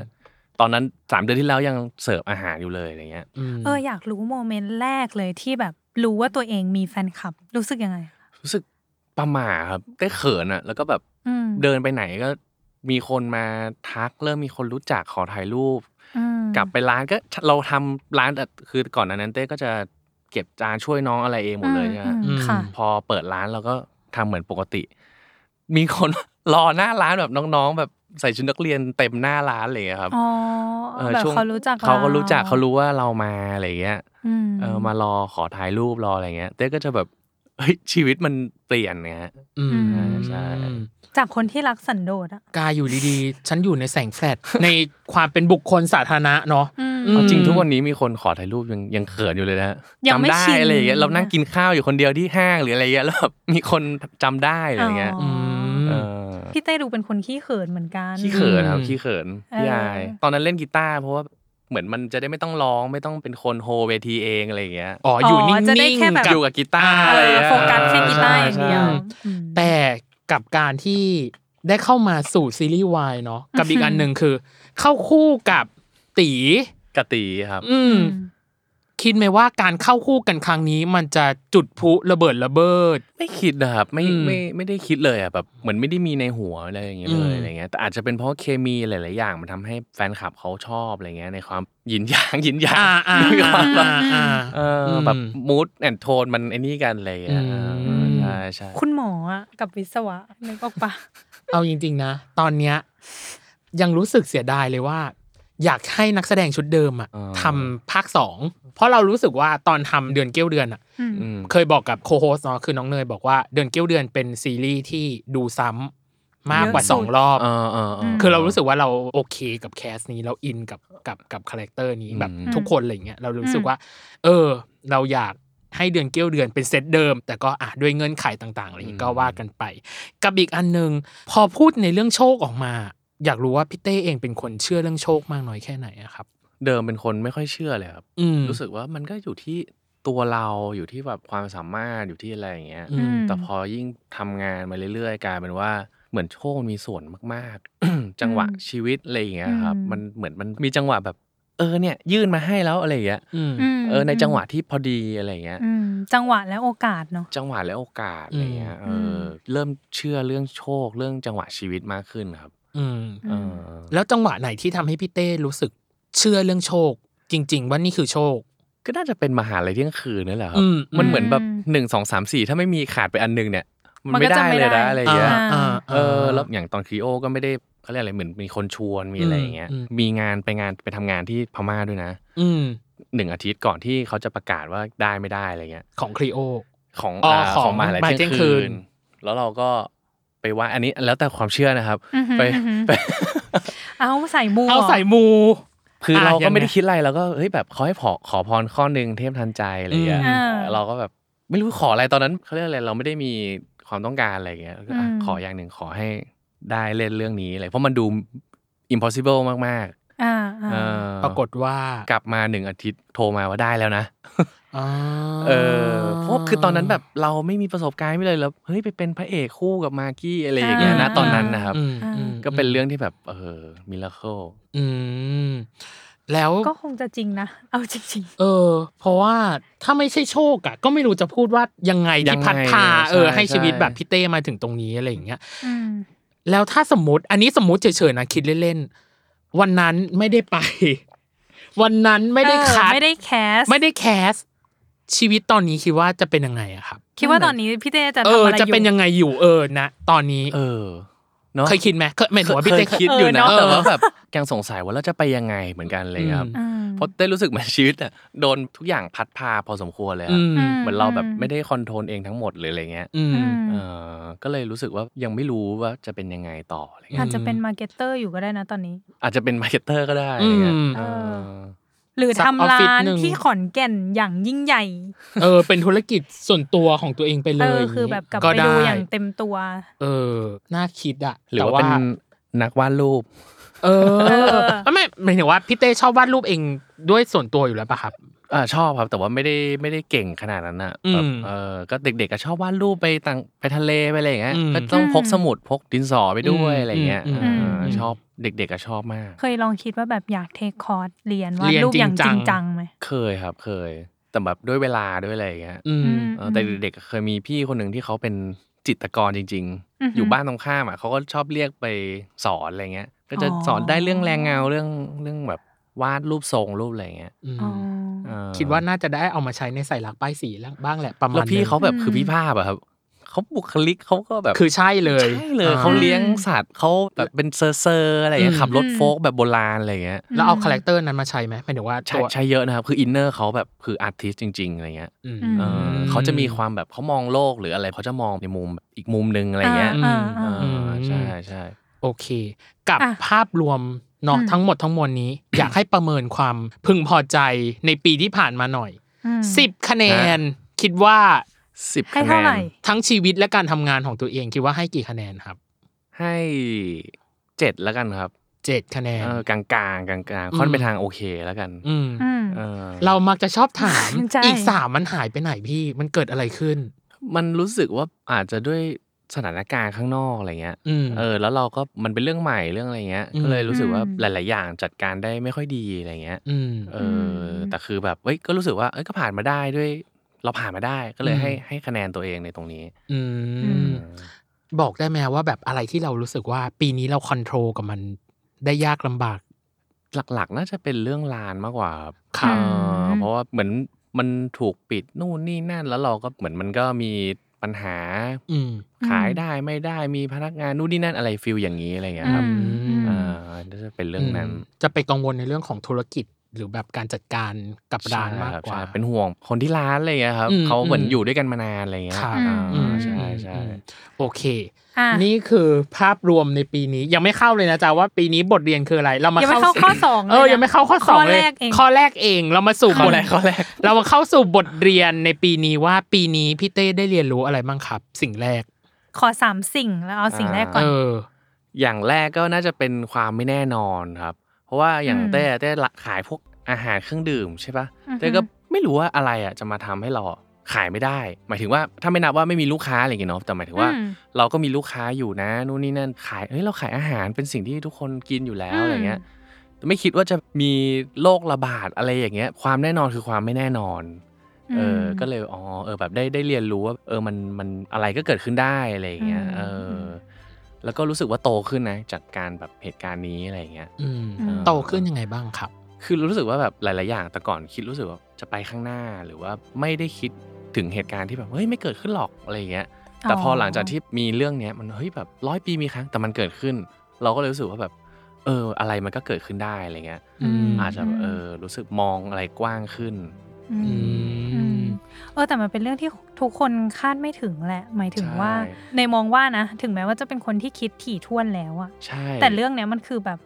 D: ตอนนั้นสามเดือนที่แล้วยังเสิร์ฟอาหารอยู่เลยอะไรเงี้ย
B: อืม
C: เอออยากรู้โมเมนต์แรกเลยที่แบบรู้ว่าตัวเองมีแฟนคลับ รู้สึกยังไง
D: รู้สึกประหม่าครับได้เขินอะแล้วก็แบบ
C: อืม
D: เดินไปไหนก็มีคนมาทัก เริ่มมีคนรู้จักขอถ่ายรูป
C: อืม
D: กลับไปร้านก็เราทำร้านแต่คือก่อนหนานั้นเต้ก็จะเก็บจานช่วยน้องอะไรเองหมดเลยใช่ไหม
C: อืมค่ะ
D: พอเปิดร้านเราก็ทำเหมือนปกติ มีคน รอหน้าร้านแบบน้องๆ แบบใส่ชุดนักเรียนเต็มหน้าร้านอะไรอย่างเลยครับ
C: อ๋อ
D: เออ
C: แบบ
D: ช่วง
C: เขารู้จัก
D: เขาก็รู้จักเขารู้ว่าเรามาอะไรอย่างเงี้ย
C: อืม
D: เออมารอขอถ่ายรูปรออะไรเงี้ยเต้ก็จะแบบเฮ้ยชีวิตมันเปลี่ยนไงฮะ
B: อืม
D: ใช่
C: จากคนที่รักสันโดษอะ
B: กายอยู่ดีๆ ฉันอยู่ในแสงแฟลช ในความเป็นบุคคลสาธารณะเนาะ
C: อืม
D: เอาจริง
B: อืม
D: ทุกวันนี้มีคนขอถ่ายรูปยังยังเขินอยู่เลยนะฮะ
C: ยังไม่
D: จำได้
C: ชิน
D: อะไรอย่างเงี้ยเรานั่งกินข้าวอยู่คนเดียวที่ห้างหรืออะไรเงี้ยแล้วแบบมีคนจำได้อะไรเงี้ย
B: อืม
D: เออ
C: พี่เต้ดูเป็นคนขี้เขินเหมือนกัน
D: ขี้เขินครับ
B: อืม
D: ขี้เขิน
C: เออ
D: พี่ยายตอนนั้นเล่นกีตาร์เพราะว่าเหมือนมันจะได้ไม่ต้องร้องไม่ต้องเป็นคนโฮเวทีเองอะไรอย่างเงี้ย
B: อ๋ออยู่นิ่
C: จะได้
B: ง
C: แค่แบบ
B: ๆ
D: อยู่กับกีตาร์อะไรอย่าง
C: เออ
D: เงี้ย
C: โฟกัสแค่กีตาร์อย่างเดียว
D: ใช่
C: อืม
B: แต่กับการที่ได้เข้ามาสู่ซีรีส์วายเนาะกับอีกอันหนึ่งคือ เข้าคู่กับตี
D: กะตีครับ
B: อืม คิดไหมว่าการเข้าคู่กันครั้งนี้ มันจะจุดพลุระเบิดระเบิด
D: ไม่คิดนะครับไม่
B: อืม
D: ไม่ไม่ได้คิดเลยอ่ะแบบเหมือนไม่ได้มีในหัวอะไรอย่างเงี้ยเล
B: อื
D: ย
B: ม
D: อะไรเงี้ยแต่อาจจะเป็นเพราะเคมีหลาย ๆ อย่างมันทำให้แฟนคลับเขาชอบอะไรเงี้ยในความหยินหยาง หยินหยาง
B: อ่าอ่า
D: มีความแบบ
B: อ่าอ่า
D: เอออแบบ
B: ม
D: มูดแอนโทนมันไอ้นี่กันอะไรเงี้ย
B: อืม
D: เออใช่ใช่
C: คุณหมออะกับวิศวะนึกออกปะ
B: เอาจริง ๆ นะ ตอนเนี้ยยังรู้สึกเสียดายเลยว่า อยากให้นักแสดงชุดเดิมอะทำภาคสองเพราะเรารู้สึกว่าตอนทำเดือนเกี้ยวเดือนอะ
D: อืม
B: เคยบอกกับโคโฮสเนาะคือน้องเนยบอกว่าเดือนเกี้ยวเดือนเป็นซีรีส์ที่ดูซ้ำมากกว่า
C: เยอะสุด
B: สองรอบ
D: เออเออเออ
B: คือเรารู้สึกว่าเราโอเคกับแคสนี้เราอินกับกับกับคาแรคเตอร์นี้แบบ
D: อืม
B: ทุกคนอะไรเงี้ยเรารู้สึกว่า เออ เราอยากให้เดือนเกี้ยวเดือนเป็นเซตเดิม แต่ก็อ่ะด้วยเงื่อนไขต่างๆอะไรอย่างงี้ก็ว่ากันไป กับอีกอันหนึ่งพอพูดในเรื่องโชคออกมา อยากรู้ว่าพี่เต้เองเป็นคนเชื่อเรื่องโชคมากน้อยแค่ไหนอะครับ
D: เดิมเป็นคนไม่ค่อยเชื่อเลยครับ
B: อืม
D: รู้สึกว่ามันก็อยู่ที่ ตัวเราอยู่ที่แบบความสามารถอยู่ที่อะไรอย่างเงี้ย
B: อืม
D: แต่พอยิ่งทำงานมาเรื่อยๆกลายเป็นว่าเหมือนโชคมันมีส่วนมากๆ จังหวะชีวิตอะไรอย่างเงี้ยครับ
C: อืม
D: มันเหมือนมันมีจังหวะแบบ เออเนี่ย ยื่นมาให้แล้วอะไรอย่างเงี้ย
B: อืม
C: ม
D: เออในจังหวะที่พอดีอะไรอย่างเงี้ย
C: อืมจังหวะและโอกาสเนาะ
D: จังหวะและโอกาสอะไรเงี้ยเอออ
C: ม
D: เริ่มเชื่อเรื่องโชคเรื่องจังหวะชีวิตมากขึ้นครับ
B: อืม
D: เออ
B: แล้วจังหวะไหนที่ทำให้พี่เต้รู้สึกเชื่อเรื่องโชค จริง ๆ ว่านี่คือโชค
D: ก็น่าจะเป็นมหาลัยเที่ยงคืนนั่นแหละครับ
B: อืม
D: มันเหมือนแบบหนึ่งสองสามสี่ถ้าไม่มีขาดไปอันหนึงเนี่ย มัน
C: มันก็
D: ไม่ได้
C: จะไม่
D: เลย
C: ได้
D: นะอะไรเงี้ย
B: าา
D: เออแล้วอย่างตอนครีโอก็ไม่ได้เขาเรียกอะไรเหมือนมีคนชวนมีอะไรอย่างเงี้ย
B: อืมอืม
D: มีงานไปงานไปทำงานที่พม่าด้วยนะ
B: อืม
D: หนึ่งอาทิตย์ก่อนที่เขาจะประกาศว่าได้ไม่ได้อะไรเงี้ย
B: ของครีโอ
D: ของ
B: อ๋อ
D: อ่า
B: ของ
D: ของมหาลัย
B: มหาลัย
D: เที่ยง
B: เที่ยงคื
D: คื
B: น
D: น แล้วเราก็ไปไหว่าอันนี้แล้วแต่ความเชื่อนะครับ
C: อือหือ
D: ไป
C: อือหือ
D: ไป
C: เอาใส่มู
B: เอาใส่มู
D: คือ
B: อ่ะ
D: เรา
B: ยั
D: ก็
B: งไง
D: ไม่ได้คิดอะไรเราก็เฮ้ยแบบขอให้ขอขอพรข้อหนึ่งเทพทันใจอะไรอย่างเงี้ย
B: อืม
D: เออเราก็แบบไม่รู้ขออะไรตอนนั้นเขาเรียกอะไรเราไม่ได้มีความต้องการอะไรอย่างเงี้ยก็อ่ะขออย่างหนึ่งขอให้ได้เล่นเรื่องนี้อะไรเพราะมันดู impossible มาก
C: อ่า
D: ๆ
C: อ่า
D: เออ
B: ปรากฏว่าก
D: ลับมาหนึ่งอาทิตย์โทรมาว่าได้แล้วนะ
B: อ่า
D: เออเพราะคือตอนนั้นแบบเราไม่มีประสบการณ์ไม่เลยแล้วเฮ้ยไปเป็นพระเอกคู่กับมากกี้อะไรอย่างเงี้ยนะตอนนั้นนะครับ
B: อืมอืม
D: ก็เป็นเรื่องที่แบบเออมิราเคิล
B: อืมแล้ว
C: ก็คงจะจริงนะ เอาจริง
B: เออ เพราะว่าถ้าไม่ใช่โชคอะก็ไม่รู้จะพูดว่ายังไง
D: ยั
B: ที่
D: งไง
B: พัดพาเออ
D: ใช่
B: ให้ชีวิต
D: ใช่
B: แบบพี่เต้มาถึงตรงนี้อะไรอย่างเงี้ย
C: ๆ อืม
B: แล้วถ้าสมมติ อันนี้สมมติเฉยๆนะคิดเล่นๆ วันนั้นไม่ได้ไป วันนั้นไม่ได้
C: เออ
B: คัด
C: ไม่ได้แคส
B: ไม่ได้แคส ชีวิตตอนนี้คิดว่าจะเป็นยังไงอะครับ
C: คิดว่าตอนนี้พี่เต้จะ
B: เอ
C: ทำ
B: อ
C: อะไรอยู่
B: จะเป็นยังไงอยู่เออนะตอนนี้
D: เออเนาะ
B: เคยคิดไหมเคยหมายถึงว่าพี่เต้เค
D: เคย
B: ย
D: คิดอยู่นะ
B: เออเนอะ
D: แต่ว่าแบบยังสงสัยว่าเราจะไปยังไงเหมือนกันเลยครับ
B: อื
C: อืม
D: เพราะได้รู้สึกเหมือนชีวิตอะโดนทุกอย่างพัดพาพอสมควรเลยค
B: อื
D: รับ
B: ม
D: เหมือนเราแบบไม่ได้คอนโทรลเองทั้งหมดเลยอะไรเงี้ย
B: อืม
C: อืม
D: เออก็เลยรู้สึกว่ายังไม่รู้ว่าจะเป็นยังไงต่ออะไร
B: ม
D: เงี้ย
C: อาจจะเป็นมาร์เก็ตเตอร์อยู่ก็ได้นะตอนนี้
D: อาจจะเป็นมาร์เก็ตเตอร์ก็ได้อะไรเงี้ย
B: อืม
D: เออ
C: หรือ
B: สักออฟ
C: ทำ
B: ฟิศ
C: ร้าน
B: หนึ่ง
C: ที่ขอนแก่นอย่างยิ่งใหญ่
B: เออ เป็นธุรกิจส่วนตัวของตัวเองไปเล
C: เอย อคือแบบกลับไป
B: ด้
C: ดูอย่างเต็มตัว
B: เออ น่าคิดอะ
D: หรือ
B: แต่
D: ว่าเป็นนักวาดรูป
B: เออไม่ไม่หมายถึงว่าพี่เต้ชอบวาดรูปเองด้วยส่วนตัวอยู่แล้วป่ะครับ
D: อ่าชอบครับแต่ว่าไม่ได้ไม่ได้เก่งขนาดนั้นอ่ะแบบ
B: อืม
D: เออก็เด็กๆก็ชอบวาดรูปไปต่างไปทะเลไปอะไรอย่างเงี้ย
B: อืม
D: ก็ต้องพก
C: อืม
D: สมุดพกดินสอไปด้วย
B: อืม
D: อะไรเงี้ย
B: อืม
D: เออ
B: ม
D: อชอบเด็กๆก็ชอบมาก
C: เคยลองคิดว่าแบบอยากเทคคอร์สเรียนวาด
B: เรียน
C: รูปอย่าง
B: จริง
C: จ
B: จั
C: ริ
B: ง
C: งจังไหม
D: เคยครับเคย แต่แบบด้วยเวลาด้วยอะไรอย่างเงี้ย
B: อืม
D: เออแต่เด็กๆเคยมีพี่คนหนึ่งที่เขาเป็นจิตรกรจริง ๆ อยู่บ้านตรงข้ามอ่ะเขาก็ชอบเรียกไปสอนอะไรเงี้ย ก็จะสอนได้เรื่องแรงเงาเรื่องเรื่องแบบวาดรูปทรงรูปอะไรเงี้ย
B: อืม
C: อ๋อ
D: เออ
B: คิดว่าน่าจะได้เอามาใช้ในใส่หลักป้ายสีแล้วบ้างแหละประมา
D: แล้
B: ณ
D: วพี่
B: นึง
D: เขาแบบ
C: อืม
D: คือพี่ภาพอะครับเขาบุคลิกเขาก็แบบ
B: คือใช่เลย
D: ใช่เลย
B: อ่
D: เขาเลี้ยงสัตว์เขาแบบเป็นเซอร์เซอร์อะไรอย่างเงี้ยขับรถโฟล์กแบบโบราณอะไรอย่างเงี้ย
B: แล้วเอาคาแรคเตอร์นั้นมาใช้ไหมหมายถึงว่า
D: ใช่
B: ตัว
D: ใช่เยอะนะครับ คืออินเนอร์เขาแบบคืออาร์ติสจริง ๆอะไรเงี้ย
B: อืม
D: เออเขาจะมีความแบบเขามองโลกหรืออะไรเขาจะมองในมุมแบบอีกมุมนึงอะไรเงี้ย
B: อืม
C: อ่า
D: เอ
C: อ่า
D: ออใช่ใช่
B: โอเค กับ
C: อ่ะ
B: ภาพรวมเนาะ
C: อืม
B: ทั้งหมดทั้งมวลนี้ อยากให้ประเมินความพึงพอใจในปีที่ผ่านมาหน่อย
C: อืม
B: สิบคะแนน คิดว่า
D: สิบ
C: ให้
D: คะแน
C: เท่าไหร่
D: น
B: ทั้งชีวิตและการทำงานของตัวเองคิดว่าให้กี่คะแนนครับ
D: ให้เจ็ดแล้วกันครับ
B: เจ็ดคะแนน
D: เออกลางๆกลางๆ
B: อื
D: ค่อน
B: ม
D: ไปทางโอเคแล้วกัน
B: อืม
C: อืม
D: เออ
B: เรามักจะชอบถาม
C: ใช่
B: อีกสามมันหายไปไหนพี่ มันเกิดอะไรขึ้น
D: มันรู้สึกว่าอาจจะด้วยสถานการณ์ข้างนอกอะไรเงี้ย
B: อืม
D: เออ แล้วเราก็มันเป็นเรื่องใหม่เรื่องอะไรเงี้ย
B: อืม
D: ก็เลยรู้สึกว่า
C: อืม
D: หลาย ๆ อย่างจัดการได้ไม่ค่อยดีอะไรเงี้ย
B: อืม
D: เอออ
C: ม
D: แต่คือแบบเอ้ย ก็รู้สึกว่า เอ้ย ก็ผ่านมาได้ด้วย เราผ่านมาได้ ก็เลย
B: อืม
D: ให้ให้คะแนนตัวเองในตรงนี้
B: อืม บอกได้ไหมว่าแบบอะไรที่เรารู้สึกว่า ปีนี้เราคอนโทรลกับมันได้ยากลำบาก
D: หลัก ๆ น่าจะเป็นเรื่องลานมากกว่าครับ
B: ครับ
D: เออเพราะว่าเหมือนมันถูกปิดนู่นนี่นั่น แล้วเราก็เหมือนมันก็มีปัญหา
B: อืม
D: ขายได้ไม่ได้ มีพนักงานนู่นนี่นั่นอะไรฟิลอย่างนี้อะไรเงี้ยครับ
C: อืมอืม
D: เออน่าจะเป็นเรื่องนั้น
B: มจะไปกังวลในเรื่องของธุรกิจหรือแบบการจัดการกับร้านมากกว่า
D: ใช่ครับใช่เป็นห่วงคนที่ร้านอะไรอย่างเงี้ยครับ
B: อืม
D: เขาเหมือน
B: อืม
D: อยู่ด้วยกันมานานอะไรอย่างเงี้ย
B: ครับ
D: อ่า
C: อืม
D: ใช่ใช่
B: อืมโอเค
C: อ่ะ
B: นี่คือภาพรวมในปีนี้ยังไม่เข้าเลยนะจ๊ะว่าปีนี้บทเรียนคืออะไร เรามา
C: ยังไม่
B: เข้า
C: เข้าข้อสองล
B: เออยังไม่เข้าข้อสองเลย
C: ข้อแรกเอง
B: ข้อแรกเองเรามาสู่
D: ข้อบ
B: ท
D: แรกข้อแรก
B: เรามาเข้าสู่บทเรียนในปีนี้ว่าปีนี้พี่เต้ได้เรียนรู้อะไรบ้างครับ สิ่งแรก
C: ขอสามสิ่งแล้วเอาสิ่งแรกก่อ
B: เอน อ
D: อย่างแรกก็น่าจะเป็นความไม่แน่นอนครับ เพราะว่าอย่าง
C: อืม
D: เต้เต้ขายพวกอาหารเครื่องดื่มใช่ปะ
C: อือฮึ
D: เต้ก็ ไม่รู้ว่าอะไรอ่ะจะมาทำให้เราขายไม่ได้ หมายถึงว่าถ้าไม่นับว่าไม่มีลูกค้าอะไรอย่างเงี้ยเนาะแต่หมายถึงว่า
C: อืม
D: เราก็มีลูกค้าอยู่นะนู่นนี่นั่นขายเฮ้ยเราขายอาหารเป็นสิ่งที่ทุกคนกินอยู่แล้ว
C: อืม
D: อะไรเงี้ยไม่คิดว่าจะมีโรคระบาดอะไรอย่างเงี้ย ความแน่นอนคือความไม่แน่นอน เออ ก็เลย อ๋อ เออ แบบได้ ได้เรียนรู้ว่า เออ มัน มันอะไรก็เกิดขึ้นได้อะไรอย่างเงี้ย
C: อืม
D: เอออ
C: ม
D: แล้วก็รู้สึกว่าโตขึ้นนะ จากการแบบเหตุการณ์นี้อะไรอย่างเงี้ย
B: อืม
C: อืม
B: โตขึ้นยังไงบ้างครับ
D: คือรู้สึกว่าแบบหลาย ๆ อย่าง แต่ก่อนคิดรู้สึกว่าจะไปข้างหน้า หรือว่าไม่ได้คิดถึงเหตุการณ์ที่แบบ เฮ้ย ไม่เกิดขึ้นหรอก อะไรอย่างเงี้ย แต่พอหลังจากที่มีเรื่องเนี้ยมัน เฮ้ย แบบร้อยปีมีครั้ง แต่มันเกิดขึ้น เราก็เลยรู้สึกว่าแบบ เออ อะไรมันก็เกิดขึ้นได้อะไรเงี้ย
B: อืม
D: อาจจะ เออ รู้สึกมองอะไรกว้างขึ้น
C: อืม อืมเออแต่มันเป็นเรื่องที่ทุกคนคาดไม่ถึงแหละ หมายถึง
D: ใช่
C: ว่าในมองว่านะ ถึงแม้ว่าจะเป็นคนที่คิดถี่ถ้วนแล้วอะ
D: ใช่
C: แต่เรื่องเนี้ยมันคือแบบ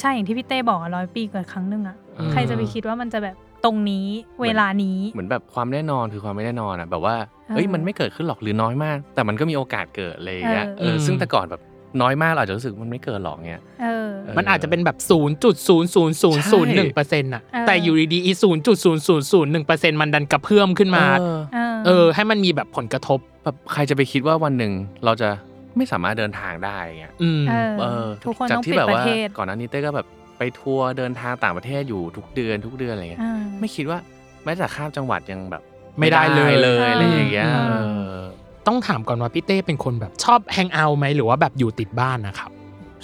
C: ใช่อย่างที่พี่เต้บอกร้อยปีเกิดครั้งหนึ่งอะ
D: อืม
C: ใครจะไปคิดว่ามันจะแบบตรงนี้เวลานี้
D: เหมือนแบบความแน่นอนคือความไม่แน่นอนอ่ะแบบว่า
C: เออ
D: เอ้ยมันไม่เกิดขึ้นหรอกหรือน้อยมาก แต่มันก็มีโอกาสเกิดอะไรอย่างเงี้ย
C: เออ
D: เออซึ่งแต่ก่อนแบบน้อยมากเราอาจจะรู้สึกมันไม่เกิดหรอกเงี้ย
C: เออ
D: เอ
B: มันอาจจะเป็นแบบศูนย์จุดศูนย์ศูนย์ศูนย์ศูนย์หนึ่งเปอร์เซ็นต์อะ
C: เออ
B: แต่อยู่ดีๆอีศูนย์จุดศูนย์ศูนย์ศูนย์หนึ่งเปอร์เซ็นต์มันดันกระเพื่อมขึ้นมา
D: เออ
C: เออ
B: เออ ให้มันมีแบบผลกระทบ
D: แบบใครจะไปคิดว่าวันหนึ่งเราจะไม่สามารถเดินทางได้เงี้ย
B: อืม
C: เออ
D: เออ
C: ทุกคน
D: จาก
C: ต้อง
D: ที่
C: ปิด
D: แบบ
C: ป
D: ว่า
C: ระเทศ
D: ก่อนหน้านี้เต้ก็แบบไปทัวร์เดินทางต่างประเทศอยู่ทุกเดือนทุกเดือนอะไรเงี้ย
C: อ่า
D: ไม่คิดว่าแม้แต่ข้ามจังหวัดยังแบบ
B: ไม่ได้เลย
D: เลยอะไรอย่างเงี้ย
C: เออ
D: เออ
B: ต้องถามก่อนว่าพี่เต้เป็นคนแบบชอบแฮงเอาท์ไหมหรือว่าแบบอยู่ติดบ้านนะครับ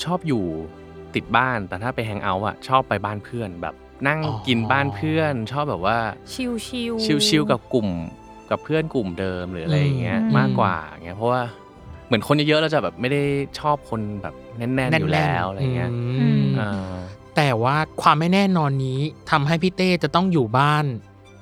D: ชอบอยู่ติดบ้านแต่ถ้าไปแฮงเอาท์อะชอบไปบ้านเพื่อนแบบนั่ง
B: อ๋อ
D: กินบ้านเพื่อน ชอบแบบว่า
C: ชิวชิว
D: ชิลๆกับกลุ่มกับเพื่อนกลุ่มเดิมหรืออะไรอย่างเงี้ย
C: อืม
D: มากกว่าอย่างเงี้ยเพราะว่าเหมือนคนเยอะๆเราจะแบบไม่ได้ชอบคนแบบแน่นๆอยู่แล้วอะไรเงี้ย
B: อืม
C: อืม
D: เออ
B: แต่ว่าความไม่แน่นอนนี้ทำให้พี่เต้จะต้องอยู่บ้าน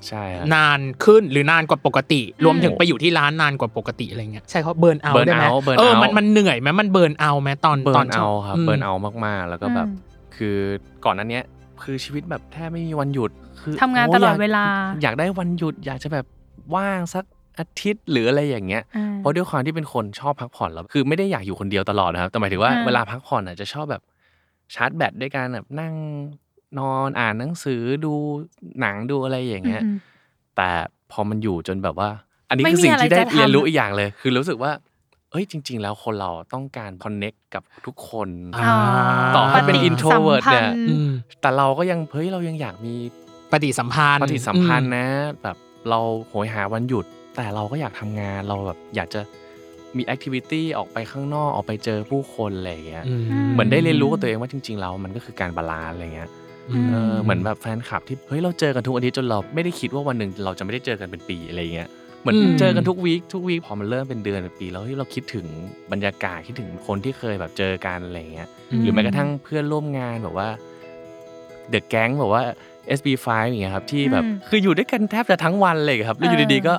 D: ใช่ฮะ
B: นานขึ้นหรือนานกว่าปกติ
C: อืม
B: รวมถึงไปอยู่ที่ร้านนานกว่าปกติอะไรเงี้ยใช่เขาเบิร์นเอา
D: burn
B: ได้ไหม
D: out burn
B: เออ
D: out
B: มันมันเหนื่อยไหมมันเบิร์นเอาไหมตอน
D: เบิ
B: ต
D: ร์
B: น
D: น
B: ช
D: เอาครับ
B: ม
D: เบิร์นเอามากๆ แล้วก็แบบคือก่อนนั้นเนี้ยคือชีวิตแบบแทบไม่มีวันหยุดคื
C: ทำงาน
D: โย
C: ตลอด
D: ยก
C: เวลา
D: อยากได้วันหยุด อยากจะแบบว่างสักอาทิตย์หรืออะไรอย่างเงี้ย
C: อ่า
D: เพราะด้วยความที่เป็นคนชอบพักผ่อนแล้วคือไม่ได้อยากอยู่คนเดียวตลอดนะครับ แต่หมายถึงว่า
C: อ่า
D: เวลาพักผ่อนอ่ะจะชอบแบบชาร์จแบตด้วยการแบบนั่งนอนอ่านหนังสือดูหนังดูอะไรอย่างเงี้ย
C: อืม
D: แต่พอมันอยู่จนแบบว่า อันนี้
C: ไม่
D: คือสิ่ง
C: มี
D: ที่
C: อะไร
D: ได้
C: จะทำ
D: เรียนรู้อีกอย่างเลย คือรู้สึกว่า เอ้ยจริง ๆ แล้วคนเราต้องการคอนเน็กกับทุกคน
B: อ่า
D: ต่อให้เป็น
C: ฏิ
D: intro
C: สัมพัธ์
D: เนี่ย
B: อืม
D: แต่เราก็ยังเฮ้ยเรายังอยากมี
B: ปฏิสัมพันธ์
D: ปฏิสัมพันธ์
B: อื
D: นะ แบบเราโหยหาวันหยุด แต่เราก็อยากทำงานเราแบบอยากจะมีแอคทิวิตี้ออกไปข้างนอกออกไปเจอผู้คนอะไรอย่างเงี้ยเหมือนได้เรียนรู้กับตัวเองว่าจริง ๆ แล้วมันก็คือการบาลานซ์อะไรเงี้ยเออเหมือนแบบแฟนคลับที่เฮ้ยเราเจอกันทุกอาทิตย์จนเราไม่ได้คิดว่าวันหนึ่งเราจะไม่ได้เจอกันเป็นปีอะไรเงี้ยเหมือน
B: อืม
D: เจอกันทุกวีคทุกวีคพอมันเริ่มเป็นเดือนเป็นปีแล้วเฮ้ยเราคิดถึงบรรยากาศคิดถึงคนที่เคยแบบเจอกันอะไรเงี้ย หรือแม้กระทั่งเพื่อนร่วมงานแบบว่าเดอะแก๊งแบบว่า SB5 อย่างเงี้ยครับที่แบบ
C: อืม
D: คืออยู่ด้วยกันแทบจะทั้งวันเลยครับ แล้วอยู่
C: เออ
D: ดีๆก็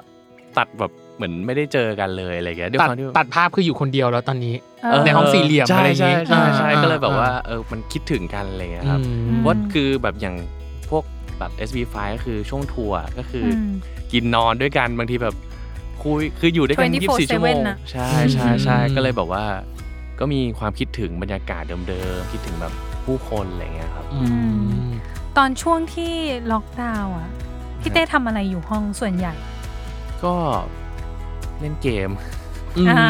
D: ตัดแบบเหมือนไม่ได้เจอกันเลยอะไรเงี้ยด้วย
B: ตัด
D: ความที่แบบ
B: ตัดภาพคืออยู่คนเดียวแล้วตอนนี้
C: เออ
B: ในห้องสี่เหลี่ยมอะ
D: ใช่
B: ไรอย่างงี้
D: ใช่ใช่
B: อ่า
D: ใช่ก็เลยแบบ
B: อ่า
D: ว่าเออมันคิดถึงกันอะไรเลยครับ
B: อืม
D: ว่าคือแบบอย่างพวกแบบ SB5 ก็คือช่วงทัวร์ก็คืออ
C: ม
D: กินนอนด้วยกันบางทีแบบคุยคืออยู่ด้วยกัน
C: 24
D: 24ชั่วโมง
C: น่ะ
D: ใช่ใช่ใช่
B: อืม
D: ก็เลยแบบว่า ก็มีความคิดถึงบรรยากาศเดิมๆคิดถึงแบบผู้คนอะไรเงี้ยครับ
B: อืม
C: ตอนช่วงที่ล็อกดาวน์อ่ะ พี่เต้ทำอะไรอยู่ห้องส่วนใหญ่
D: ก็เล่นเกม
C: อ่า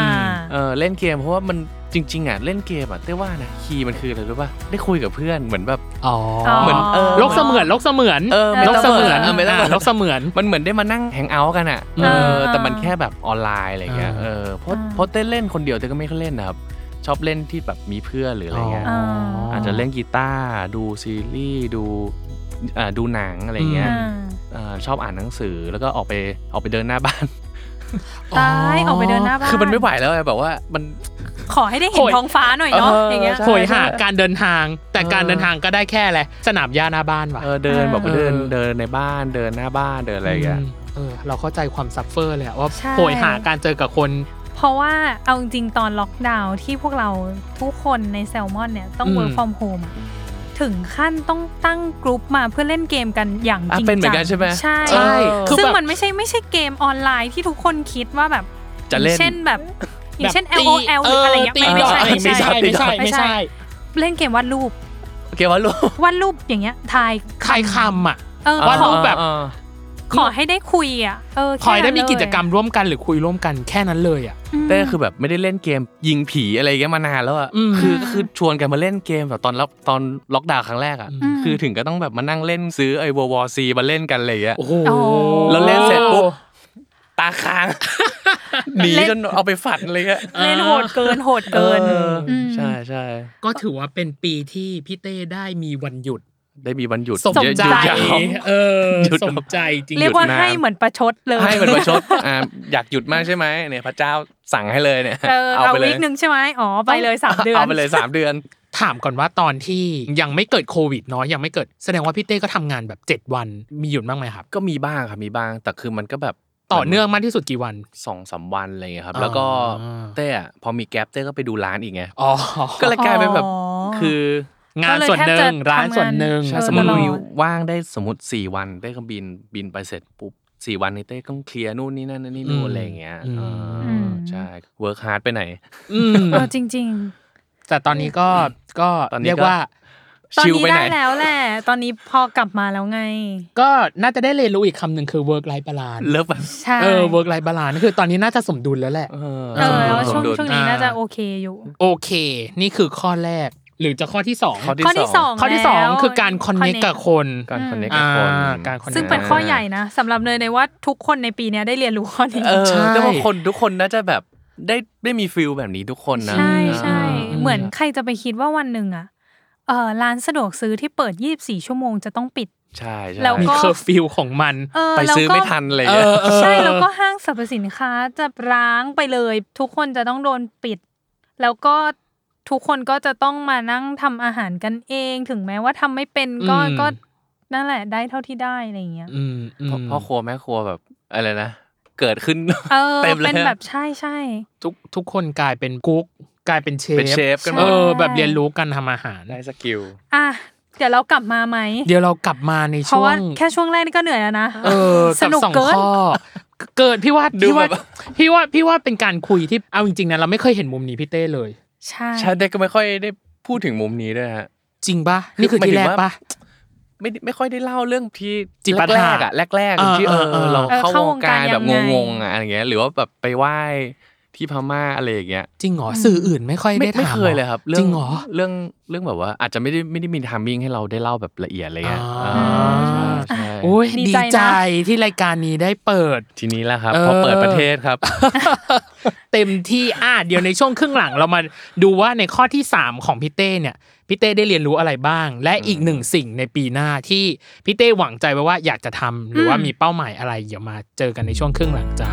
D: เออเล่นเกมเพราะว่ามันจริง ๆอ่ะเล่นเกมอ่ะเต้ว่านะคีย์มันคืออะไรรู้ป่ะได้คุยกับเพื่อนเหมือนแบบ
B: อ๋อ
D: เหมือนเออ
B: โลกเสมือนโลกเสมือน
D: เออ
B: โลกเสมือน
D: เออไม่ต้อง
B: อ่าโลกเสมือน
D: มันเหมือนได้มานั่งแฮงเอาท์กันอ่ะ
B: เอ
D: เอ
B: อ
D: อแต่มันแค่แบบออนไลน์อะไรเงี้ย
B: เออ
D: เออเพราะ
C: อ่า
D: เพราะเต้เล่นคนเดียวเต้ก็ไม่ค่อยเล่นนะครับ ชอบเล่นที่แบบมีเพื่อนหรืออะไรเงี้ย
C: อ๋อ
D: อาจจะเล่นกีตาร์ดูซีรีส์ดูอ่าดูหนังอะไรเงี้ย
C: อ่า
D: เออชอบอ่านหนังสือแล้วก็ออกไปออกไปเดินหน้าบ้าน
C: ตายออกไปเดินหน้าบ้าน
D: คือมันไม่ไหวแล้วไงแบบว่ามัน
C: ขอให้ได้เห็น
B: โหย
C: ท้องฟ้าหน่อยเนาะ
D: เอออ
C: อย่างเงี้ย
B: โหยหาการเดินทาง แต่
D: เออ
B: การเดินทางก็ได้แค่อะไรสนามหญ้าหน้าบ้านว่ะ
D: เออเดินแบบ
B: เออ
D: เดินเดินในบ้านเดินหน้าบ้านเดินอะไรอย่างเงี้ย
B: มเออเราเข้าใจความซัฟเฟอร์เลยอะว่า
C: ใช่
B: โหยหาการเจอกับคน
C: เพราะว่าเอาจริงๆตอนล็อกดาวน์ที่พวกเราทุกคนในแซลมอนเนี่ยต้อง
B: อืม
C: work from home อะถึงขั้นต้องตั้งกรุ๊ปมาเพื่อเล่นเกมกันอย่างจริง
D: อ่ะเป็นเหมื
C: จั
D: อนกันใช่ไหม
C: ใช่
D: ใช่คือแบบ
C: ซึ่งมันไม่ใช่ไม่ใช่เกมออนไลน์ที่ทุกคนคิดว่าแบบ
D: จะเล่น
C: เช่นแบบอย่างเช่น
B: แบบตี
C: LOL หรืออะไรเงี้ย
B: ตี
C: ไม่ไม่ใช่
B: ดอก
C: ไม่ใช่
B: ไม่ใช่ไม่ใช่ ไม่ใช่
C: เล่นเกมวาดรูป
D: โอเควะลูก
C: วาดรูปอย่างเงี้ยทาย
B: ใครคำอ่ะ
C: เออ
B: วาดรูป
C: ขอ
B: แบบ
D: เออ
C: ข ขอให้ได้คุยอ่ะเออ
B: คอยได้มี
C: แค่นั้นเลย
B: กิจกรรมร่วมกันหรือคุยร่วมกันแค่นั้นเลยอ่ะ
C: ม
D: เต้คือแบบไม่ได้เล่นเกมยิงผีอะไรอย่างเงี้ยมานานแล้วอ่ะ
B: อืม
D: คือก็คือชวนกันมาเล่นเกมแบบตอนล็อกตอนล็อกดาวน์ครั้งแรกอ่ะ
B: อื
C: ม
D: คือถึงก็ต้องแบบมานั่งเล่นซื้อไอ้วอวซีมาเล่นกันอะไรอย่างเงี้ย
B: โอ้โห
C: โอ้
D: แล้วเล่นเสร็จปุ๊บ ตาค้าง หนี
C: เล่น
D: จนเอาไปฝันอะไรเงี้ย
C: เล่นโหดเกินโหด
D: เอ
C: เกิน
D: ออ
C: ม
D: ใช่ใช่
B: ก็ถือว่าเป็นปีที่พี่เต้ได้มีวันหยุด
D: ได้มีวันหยุด
B: สม
D: เยอะ
B: ใจ
D: ยาว
B: เออ
D: หยุด
B: สมใจจริง
C: เรียกว่า
D: หยุดนาน
C: ให้เหมือนประชดเลย
D: ให้มันประชดอ่าอยากหยุดมากใช่ไหมเนี่ยพระเจ้าสั่งให้เลยเนี่ย
C: เออเอา
D: ไปเล
C: วิ
D: ย
C: กหนึ่งใช่ไหมอ๋อไปเลยสามเดือน
D: เอาไปเลยสามเดือน
B: ถามก่อนว่าตอนที่ยังไม่เกิดโควิดเนาะยังไม่เกิด แสดงว่าพี่เต้ก็ทำงานแบบเจ็ดวันมีหยุดบ้างไหมครับ
D: ก็มีบ้างครับมีบ้างแต่คือมันก็แบบ
B: ต่อเนื่องมากที่สุดกี่วัน
D: สองสามวันอะไรอย่างเงี้ยครับ
B: อ่า
D: แล้วก็เต้อะพอมีแก๊ปเต้ก็ไปดูร้านอีกไง
B: อ๋อ
D: ก็เลยกลายเป็นแบบ
C: อ๋อ
D: คือ
B: งานส่วนหนึ่งร้านส่วนหนึ่ง
C: ใช่
D: ถ้า
C: เออ
D: สมมติ
C: ตลอด
D: มีว่างได้สมมติสี่วันเต้ก็บินบินไปเสร็จปุ๊บสี่วันนี้เต้ต้องเคลียร์นู่นนี่นั่นนั่นนี่นู่
B: อืม
D: นอะไรอย่างเงี้ย
B: อืม
D: เออใช่เวิร์คฮาร์ดไปไหน
B: อืม
C: เออจริง
B: แต่ตอนนี้ก็ก็
D: ตอนนี้ก็
B: เรียกว่า
C: ๆ ตอน
D: ชิล
C: นี้
D: ไปไหน
C: ได้แล้วแหละ ตอนนี้พอกลับมาแล้วไง
B: ก็น่าจะได้เรียนรู้อีกคำหนึ่งคือ work life balance
D: เลิฟแบบ
C: ใช่
B: เออ work life balance คือตอนนี้น่าจะสมดุลแล้วแหละ
D: เอ
C: เออแล้วช่วง
D: สมดุล
C: ช่วงนี้
B: อ่า
C: น่าจะโอเคอยู่
B: โอเค นี่คือข้อแรก หรือจะข้อที่สอง
D: ข้อ
C: ข้อที่
D: ที่
C: ส
D: ส
C: อ
D: อง ง
B: ข้อที่สอง
C: แล้ว
B: คือการ connect
C: connect
B: กับคน
D: การคอนเนค
B: อ่า
D: กับคน
B: การ connect
C: ซึ่งเป็นข้อใหญ่นะสำหรับเลยในว่าทุกคนในปีเนี้ยได้เรียนรู้ข้อนี้
D: เออ
B: ใช่
D: แต่ว่าคนทุกคนน่าจะแบบได้ได้มีฟิลแบบนี้ทุกคนนะ
C: ใช่ใช่
D: อ่า
C: เหมือนใครจะไปคิดว่าวันหนึ่งอ่ะเออร้านสะดวกซื้อที่เปิด 24 ชั่วโมงจะต้องปิด
D: ใช่ใช่
C: แล้ว
B: มี
C: ก็
B: เคอร์ฟิวของมัน
C: เออ
D: ไป
C: แล้ว
D: ซื้อ
C: ก็
D: ไม่ทันอะไรอย่าง
B: เอ
D: เลย
B: อเออ
C: ใช่แล้วก็ห้างสรรพสินค้าจะร้างไปเลย ทุกคนจะต้องโดนปิด แล้วก็ทุกคนก็จะต้องมานั่งทำอาหารกันเอง ถึงแม้ว่าทำไม่เป็นก็
B: อืม
C: ก็นั่นแหละได้เท่าที่ได้อะไรอย่างเงี้ย
B: อืมอืม
D: พ่อพ่อครัวแม่ครัวแบบอะไรนะเกิดขึ้น
C: เออ
D: เต็มเลย
C: เป็นแบบใช่ใช่
B: ทุกทุกคนกลายเป็นกุ๊กกลายเป็นเชฟ
D: เป็นเชฟกันหม
B: เอ
D: ด
B: อ แบบเรียนรู้การทำอาหาร
D: ได้สกิล
C: อ่ะเดี๋ยวเรากลับมาไหม
B: เดี๋ยวเรากลับมาใน
C: เพ
B: ช่
C: ราะ
B: ว
C: ว่าง แค่ช่วงแรกนี่ก็เหนื่อยแล้วนะ
B: เออ
C: ส
B: กับ
C: นุก
B: สอง
C: เกิน
B: ข้อ เกิดพี่ว่า
D: ดู
B: พี่ว่า
D: แบบ
B: พี่ว่าพี่ว่าเป็นการคุยที่เอาจริงๆนะเราไม่เคยเห็นมุมนี้พี่เต้เลย
C: ใช่
D: ใช่เด็กก็ไม่ค่อยได้พูดถึงมุมนี้ด้วยฮะ
B: จริงปะนี่คือ
D: หมาย
B: ที่
D: ถึ
B: แรง ก
D: ว่า
B: ปะ
D: ไม่ไม่ค่อยได้เล่าเรื่องที่
B: จิปาถะ
D: แรกๆอะแรก
B: เออ
D: ๆที่เออ
B: เออ
D: เรา
C: เออ
D: เข้าวงการแบบ
C: เข้าวงการยังไง
D: งงๆอะอะไรอย่างเงี้ยหรือว่าแบบไปไหว้ที่พม่าอะไรอย่างเงี้ย
B: จริงเหรอสื่ออื่นไม่ค่อย
D: ไม่
B: ได้ถาม
D: ไม่เคยเลยครับ
B: จริงเหรอ
D: เรื่องเรื่องแบบว่า อาจจะไม่ได้ไม่ได้มีทามมิ่งให้เราได้เล่าแบบละเอียดอะไรเงี้ย
B: อ่า
D: เออใช่ใช่
B: โอ้ย
C: ดี
B: ดี
C: ใจ
B: ใจ
C: นะ
B: ที่รายการนี้ได้เปิด
D: ทีนี้แหละครับ
B: เออ
D: พอเปิดประเทศครับ
B: เต็มที่อ่ะเดี๋ยวใน ช่วงครึ่งหลังเรามาดูว่าในข้อที่ 3 ของพี่เต้เนี่ยพี่เต้ได้เรียนรู้อะไรบ้าง และอีกหนึ่งสิ่งในปีหน้าที่พี่เต้หวังใจไว้ว่าอยากจะทำหรือว่ามีเป้าหมายอะไรเดี๋ยวมาเจอกันในช่วงครึ่งหลังจ้า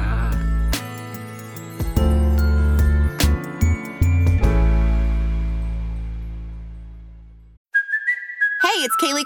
E: Hey, it's Kaylee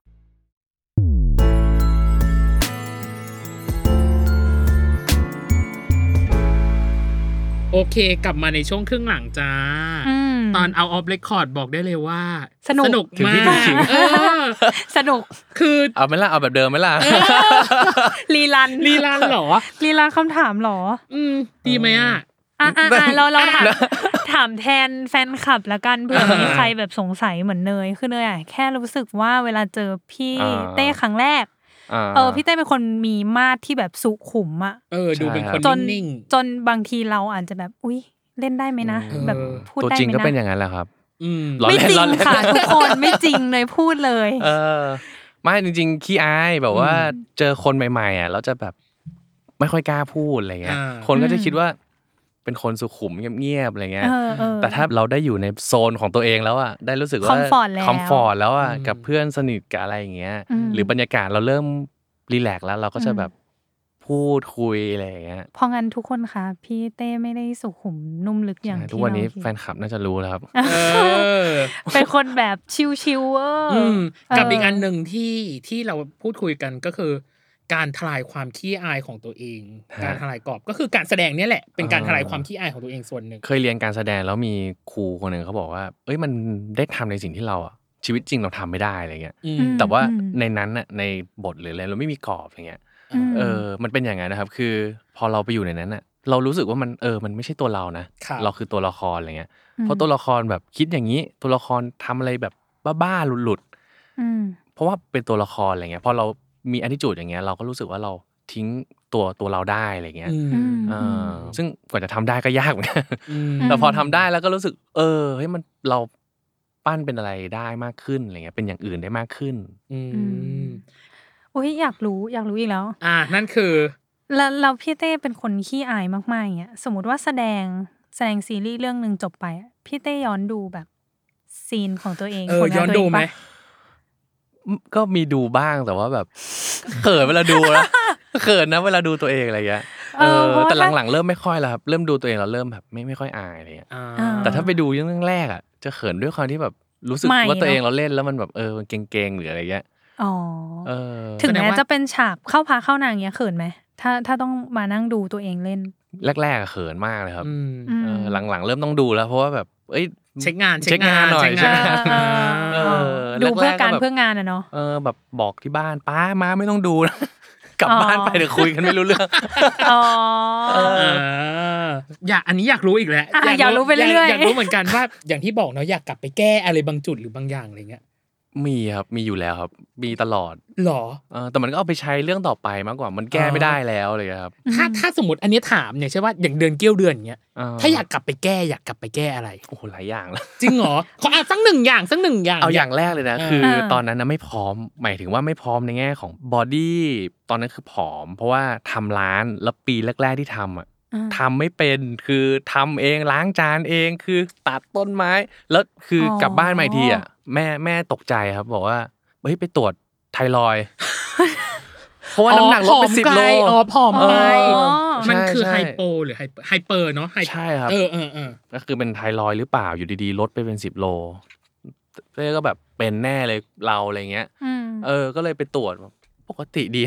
B: โอเค กลับมาในช่วงครึ่งหลังจ้า
C: อืม
B: ตอนเอาออฟเรคคอร์ดบอกได้เลยว่า
C: สนุก
D: ถึง
B: มา
D: พี่
B: ก
D: ถึงขิง
B: เออ
C: สนุก
B: คือ
D: เอาไหมล่ะเอาแบบเดิมไหมล่ะ
C: รีลัน
B: ลีลานเหรอ
C: รีลันคำถามเหรอ
B: อืมดีไหมอ่ะ
C: อ่ะอ่ะอ่ะเราเราถามถามแทนแฟนคลับละกันเผื่อมีใครแบบสงสัยเหมือนเนยคือเนยอ่ะแค่รู้สึกว่าเวลาเจอพี่
D: อ่า
C: เต้ครั้งแรก
D: อ่า
C: เออพี่เต้เป็นคนมีมาดที่แบบสุขุมอ่ะ
B: เออ ดูเป็นคน
C: จน
B: นิ่ง
C: จนบางทีเราอาจจะแบบ อุ๊ย เล่นได้ไหมนะ
D: อืม
C: แบบพูด
D: ตัว
C: ได้ไหมนะ
D: จริงก็เป็นอย่างนั้นแหละครับ
B: ๆ อืม
D: ล้อ
C: ไม่จริ
D: เล่นล้อง เล่น
C: ค่ะ ทุกคนไม่จริงเลยพูดเลย
D: เออไม่จริงๆขี้อายแบบว่าเจอคนใหม่ๆอ่ะแล้วจะแบบ ไม่ค่อยกล้าพูดอะไรเงี้ย
B: อ่า
D: คนก็จะ
C: อืม
D: คิดว่าเป็นคนสุขุมเงียบๆอะไรเงี้ย
C: เออเออ
D: แต่ถ้าเราได้อยู่ในโซนของตัวเองแล้วอะได้รู้สึกว่า
C: comfort แล้ว
D: คอมฟอร์ตแล้วอะกับเพื่อนสนิทกับอะไรอย่างเงี้ย
C: อืม
D: หรือบรรยากาศเราเริ่มรีแลกซ์แล้ว เราก็จะ
C: อืม
D: แบบพูดคุยอะไรอย่างเงี้ย
C: เพองั้นทุกคนคะพี่เต้ไม่ได้สุขุมนุ่มลึกอย่าง
D: ใช่ทุ
C: ที่
D: กวันนี้
C: องคิด
D: แฟนคลับน่าจะรู้แล้วครับ
B: เออ
C: เป็นคนแบบชิวๆเวอร์
B: อืม
C: เออ
B: กับอีกอันหนึ่งที่ที่เราพูดคุยกันก็คือ การทลายความขี้อายของตัวเอง
D: ฮะ
B: การทลายกรอบก็คือการแสดงเนี่ยแหละ เป็นการ
D: อ่า
B: ทลายความขี้อายของตัวเองส่วนหนึ่ง
D: เคยเรียนการแสดงแล้วมีครูคนหนึ่งเขาบอกว่า เอ้ยมันได้ทำในสิ่งที่เราอะชีวิตจริงเราทำไม่ได้อะไรเงี้ย
B: อื
C: อื
B: ม
C: ม
D: แต่ว่า
C: อืม
D: ในนั้นน่ะในบทหรืออะไรเราไม่มีกรอบอย่างเงี้ย
C: ม
D: เออ มันเป็นอย่างนั้นนะครับ คือพอเราไปอยู่ในนั้นน่ะ เรารู้สึกว่ามันเออ มันไม่ใช่ตัวเรานะ
B: ครับ
D: เราคือตัวละครอะไรเงี้ย
C: อืม
D: เพราะตัวละครแบบคิดอย่างนี้ ตัวละครทำอะไรแบบบ้าๆหลุด
C: อืม
D: ๆ เพราะว่าเป็นตัวละครอะไรเงี้ย พอเรามี attitude อย่างเงี้ย เราก็รู้สึกว่าเราทิ้งตัวตัวเราได้อะไรเงี้ย
B: อืม
C: อืม
D: เออซึ่งกว่าจะทำได้ก็ยากเหมือนกัน
B: อืม
D: แต่พอทำได้แล้วก็รู้สึก เออ เฮ้ย มันเราปั้นเป็นอะไรได้มากขึ้นอะไรเงี้ย เป็นอย่างอื่นได้มากขึ้น
B: อืม
C: ม อุ้ยอยากรู้อยากรู้อีกแล้ว
B: อ่านั่นคือ
C: แล้วแล้วพี่เต้เป็นคนขี้อายมากๆอย่างเงี้ยสมมติว่าแสดงแสดงซีรีส์เรื่องหนึ่งจบไปอะพี่เต้ย้อนดูแบบซีนของตัวเอง
B: เออ
C: ผลงา
B: ย้อน
C: ตัว
B: ดู
C: เง
B: ไหม
C: ปะ
D: ก็มีดูบ้างแต่ว่าแบบ เขินเวลาดูนะ เขินนะเวลาดูตัวเองอะไรเงี้ยเออ
C: เพราะว่า
D: แต่หลังๆเริ่มไม่ค่อยแล้วครับเริ่มดูตัวเองแล้วเริ่มแบบไม่ไม่ค่อยอายอะไรเงี้ย
B: อ่า
C: อ่า
D: แต่ถ้าไปดูเรื่องแรกๆอ่ะจะเขินด้วยความที่แบบรู้สึก
C: ใหม่เนอะ
D: ว่าตัวเองเราเล่นแล้วมันแบบเออมันเก่งๆหรืออะไรเงี้ย
C: อ๋อ
D: เออ
C: ถึงแม้จะเป็นฉากเข้าพาเข้านางเงี้ยเขินไหมถ้าถ้าต้องมานั่งดูตัวเองเล่น
D: แรกๆอะเขินมากเลยครับ
B: อืม
C: ม
D: เออหลังๆ เริ่มต้องดูแล้ว เพราะว่าแบบเอ้ย
B: เช็คงาน
D: เช็คงานหน่อย
B: เช็คงาน
D: เช็คงาน
B: เอ
D: เอ
B: อ
D: อ
C: ดูเพื่อ
D: แรกๆก็
C: การ
D: แบบ
C: เพื่องานอะเนาะ
D: เออแบบบอกที่บ้านป้ามาไม่ต้องดูนะ กลับ
C: อ๋อ
D: บ้านไปเดี๋ยวคุยกันไม่รู้เรื่อง
C: อ๋อ
B: เอออยากอันนี้อยากรู้อีกแล้ว
C: อ่ะอยากรู้ไปเรื่อยๆ
B: ากอยากรู้เหมือนกันว่าอย่างที่บอกเนาะอยากกลับไปแก้อะไรบางจุดหรือบางอย่างอะไรเงี้ย
D: มีครับมีอยู่แล้วครับ มีตลอด
B: หรอ
D: เออแต่มันก็เอาไปใช้เรื่องต่อไปมากกว่ามันแก้
B: อ๋อ
D: ไม่ได้แล้วเลยครับ
B: ถ้าถ้าสมมติอันนี้ถามเนี่ยใช่ว่าอย่างเดือนเกี้ยวเดือนเงี้ย
D: เ
B: ถ้าอยากกลับไปแก้อยากกลับไปแก้อะไร
D: โอ้โหหลายอย่าง เลย
B: จริงเหรอขออ่ะสักหนึ่งอย่างสักหนึ่งอย่าง
D: เอาอย่างแรกเลยนะ
B: อ่า
D: คืออา ตอนนั้นนะไม่พร้อมหมายถึงว่าไม่พร้อมในแง่ของบอดี้ตอนนั้นคือผอม เพราะว่าทำร้านแล้วปีแรก ๆที่ทำอ่ะ
C: อ่า
D: ทำไม่เป็นคือทำเองล้างจานเองคือตัดต้นไม้ แล้วคืออกลับบ้านมาอีกทีอ่ะแม่แม่ตกใจครับ บอกว่าเฮ้ยไปตรวจไทรอ ยด์เพราะว่าน้ำหนักลด
B: อ๋
D: ไป
B: อผอม
D: สิบโล
B: กอ๋อผอมไป
C: อ๋อ
B: มันคือ
D: ใช่
B: ไฮ
D: ใช่
B: โปหรือไฮเปอร์เนาะ hy-
D: ใช่ครับ
B: เออเออเออ
D: ก็คือเป็นไทรอยด์หรือเปล่าอยู่ดีๆ ลดไปเป็นสิบโลเต้ก็แบบเป็นแน่เลยเราอะไรเงี้ย
C: อืม
D: เออ ก็เลยไปตรวจแบบปกติดี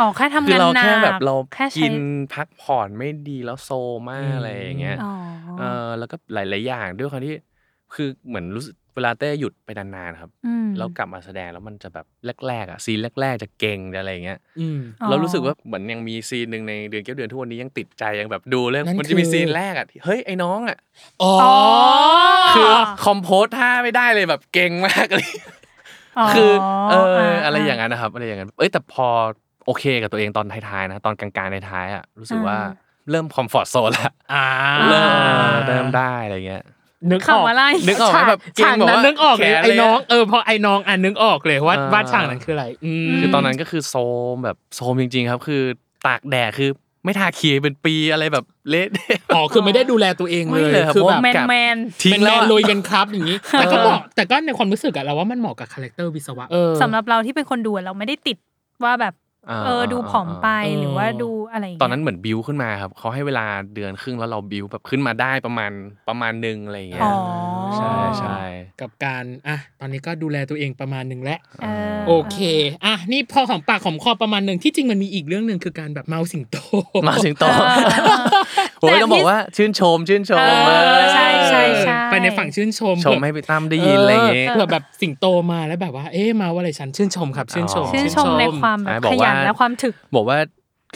C: อ๋อแค่ทำ
D: คื
C: งาน
D: เรา
C: หนัก
D: แค่แบบเรา
C: แค่ใช้
D: กินพักผ่อนไม่ดีแล้วโซมากอะไรอย่างเงี้ย
C: อ๋อ
D: เออ แล้วก็หลาย ๆ อย่างด้วยความที่ คือเหมือนรู้สึกเวลาเต้หยุดไปนานๆครับ
C: ม
D: แล้วกลับมาแสดงแล้วมันจะแบบแรก ๆ อ่ะ ซีนแรก ๆ จะเก่งจะอะไรอย่างเงี้ย
B: อืม
C: อ๋อ
D: เรารู้สึกว่าเหมือนยังมีซีนหนึ่งในเดือนเก้าเดือนทุกวันนี้ยังติดใจยังแบบดูเลย
B: นั่น
D: มันจะมี
B: คือ
D: ซีนแรกอ่ะที่เฮ้ยไอ้น้องอ่ะ
B: อ๋อ
C: อ๋อ
D: คือคอมโพสท่าไม่ได้เลยแบบเก่งมากเลย คือเอออะไรอย่างนั้นนะครับอะไรอย่างนั้น เอ้ยแต่พอโอเคกับตัวเองตอนท้ายๆนะตอนกลางๆท้ายๆอ่ะรู้สึกว่าเริ่มคอมฟอร์ z โซนละ
B: อ่า
D: เริ่มเริ่มได้อะไรเงี้ย
B: นึกอ
C: ข่า
B: อ
C: ว
B: ก
C: อะไร
D: นึกออกไหมแบบเก่ง
B: ฉาก
D: แบบ
B: นั้น
D: ว่า
B: นึกออกเลย
D: แขนเลย
B: ไอ้น้องเออพอไอ้น้องอ่ะนึกออกเลยว่า
D: อ่า
B: ว่าฉากนั้นคืออะไร อืม
D: คือตอนนั้นก็คือโซมแบบโซมจริง ๆ ครับ คือตากแดดคือไม่ทาครีมเป็นปีอะไรแบบเละเทะ
B: อ๋อคือไม่ได้ดูแลตัวเองเล
D: ไม่
B: ย
D: เลยครับ
B: คือ
D: เพ
B: แบบ
D: ราะ
C: แมนแมน
D: ทิ้ง
B: เป็น
D: แล้
B: แม
D: วนอะ
B: ลุยกันครับอย่างนี้ แต่ก็
D: เออ
B: บอกแต่ก็ในความรู้สึกอะเราว่ามันเหมาะกับคาแรคเตอร์วิศวะเออ
C: สำหรับเราที่เป็นคนดูอะเราไม่ได้ติดว่าแบบเออดูผอมไป
B: เออ
C: หรือว่าดูอะไรย่างเงี้ย
D: ตอนนั้นเหมือนบิวขึ้นมาครับเขาให้เวลาเดือนครึ่งแล้วเราบิวแบบขึ้นมาได้ประมาณประมาณหนึงอะไรอย่างเงี้
C: อ๋
D: ย
C: อ
D: ใช่ใช่
B: กับการอ่ะตอนนี้ก็ดูแลตัวเองประมาณหนึ่งแล้ว
C: เออ
B: โอเค อ่ะ นี่พอของปากของคอประมาณหนึ่งที่จริงมันมีอีกเรื่องหนึ่งคือการแบบเมาสิงโต
D: มาสิงโต
C: เออเออ
D: โอ้ย
C: แต่
D: ต้องบอ
C: พี่
D: กว่าชื่นชม ชื่นชม
C: เอ
D: เอ
C: อ
D: อ
C: ใช่ใช่ใช่
B: ไปในฝั่งชื่นชม
D: ชมให้พี่ตั้มได้ยินอะไรอย่างเงี้ย
B: เผื่อแบบสิงโตมาแล้วแบบว่า เอ๊ะมาว่าอะไรฉันชื่นชมครับชื่นชม
D: อ๋อ
C: ชื่นชมในความแบบ
D: ไอ้บอก
C: ขยั
D: ว่า
C: นและความถึก
D: บอกว่า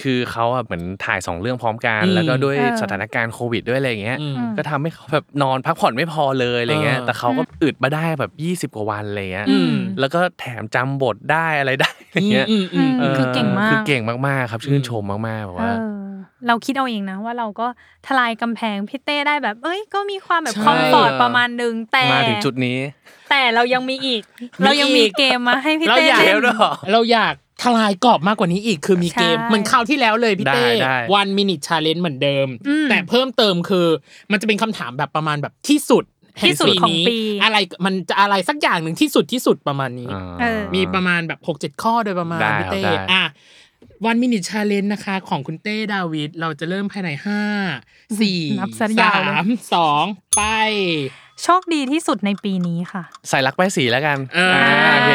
D: คือเขาอะเหมือนถ่ายสองเรื่องพร้อมกันแล้วก็ด้วย
C: เออ
D: สถานการณ์โควิดด้วยอะไรอย่างเงี้ย
B: อืม
D: ก็ทำให้เขาแบบนอนพักผ่อนไม่พอเลยอะไรเงี้ย
B: เออ
D: แต่เขาก็อึดมาได้แบบ 20 กว่าวันอะไรเงี้ย
B: อืม
D: แล้วก็แถมจำบทได้อะไรได้อะไรเงี้ย
B: อืมอืม
C: อืม
B: อืม
C: คือเก่งมาก
D: คือเก่งมากๆครับชื่นชมมากๆแบบว่า
C: เออเราคิดเอาเองนะว่าเราก็ทลายกำแพงพี่เต้ได้แบบ เอ้ยก็มีความแบบ
B: ใช่
C: คอมฟอร์ตประมาณหนึ่งแต่
D: มาถึงจุดนี้
C: แต่เรายังมีอีก เรายังมีเกมมาให้พี่
B: เรา
C: เต้
B: อยาก
C: เล่น
D: เทปด้วยเหรอ
B: เราอยาก ทลายกรอบมากกว่านี้อีกคือมีเกม
C: ใช่
B: เหมือนคราวที่แล้วเลยพี่เต้
D: ได้ได้
B: one minute challenge เหมือนเดิม แต่เพิ่มเติมคือ มันจะเป็นคำถามแบบประมาณแบบที่สุดแห่
C: ที่สุดของ
B: นี้
C: ปี
B: อะไรมันจะอะไรสักอย่างหนึ่งที่สุดที่สุดประมาณนี้
D: อ่า
C: เออ
B: มีประมาณแบบหกเจ็ดข้อโดยประมาณ
D: ได้
B: พี่เต้
D: ครับได้
B: อ่ะวันมินิชาเลนนะคะ ของคุณเต้ดาวิดเราจะเริ่มภายในห้าสี่
C: นับซะยาวเลย
B: สามสองไป
C: โชคดีที่สุดในปีนี้ค่ะ
D: ใส่รักไปายสีแล้วกัน
B: เอออ่
D: าโอเค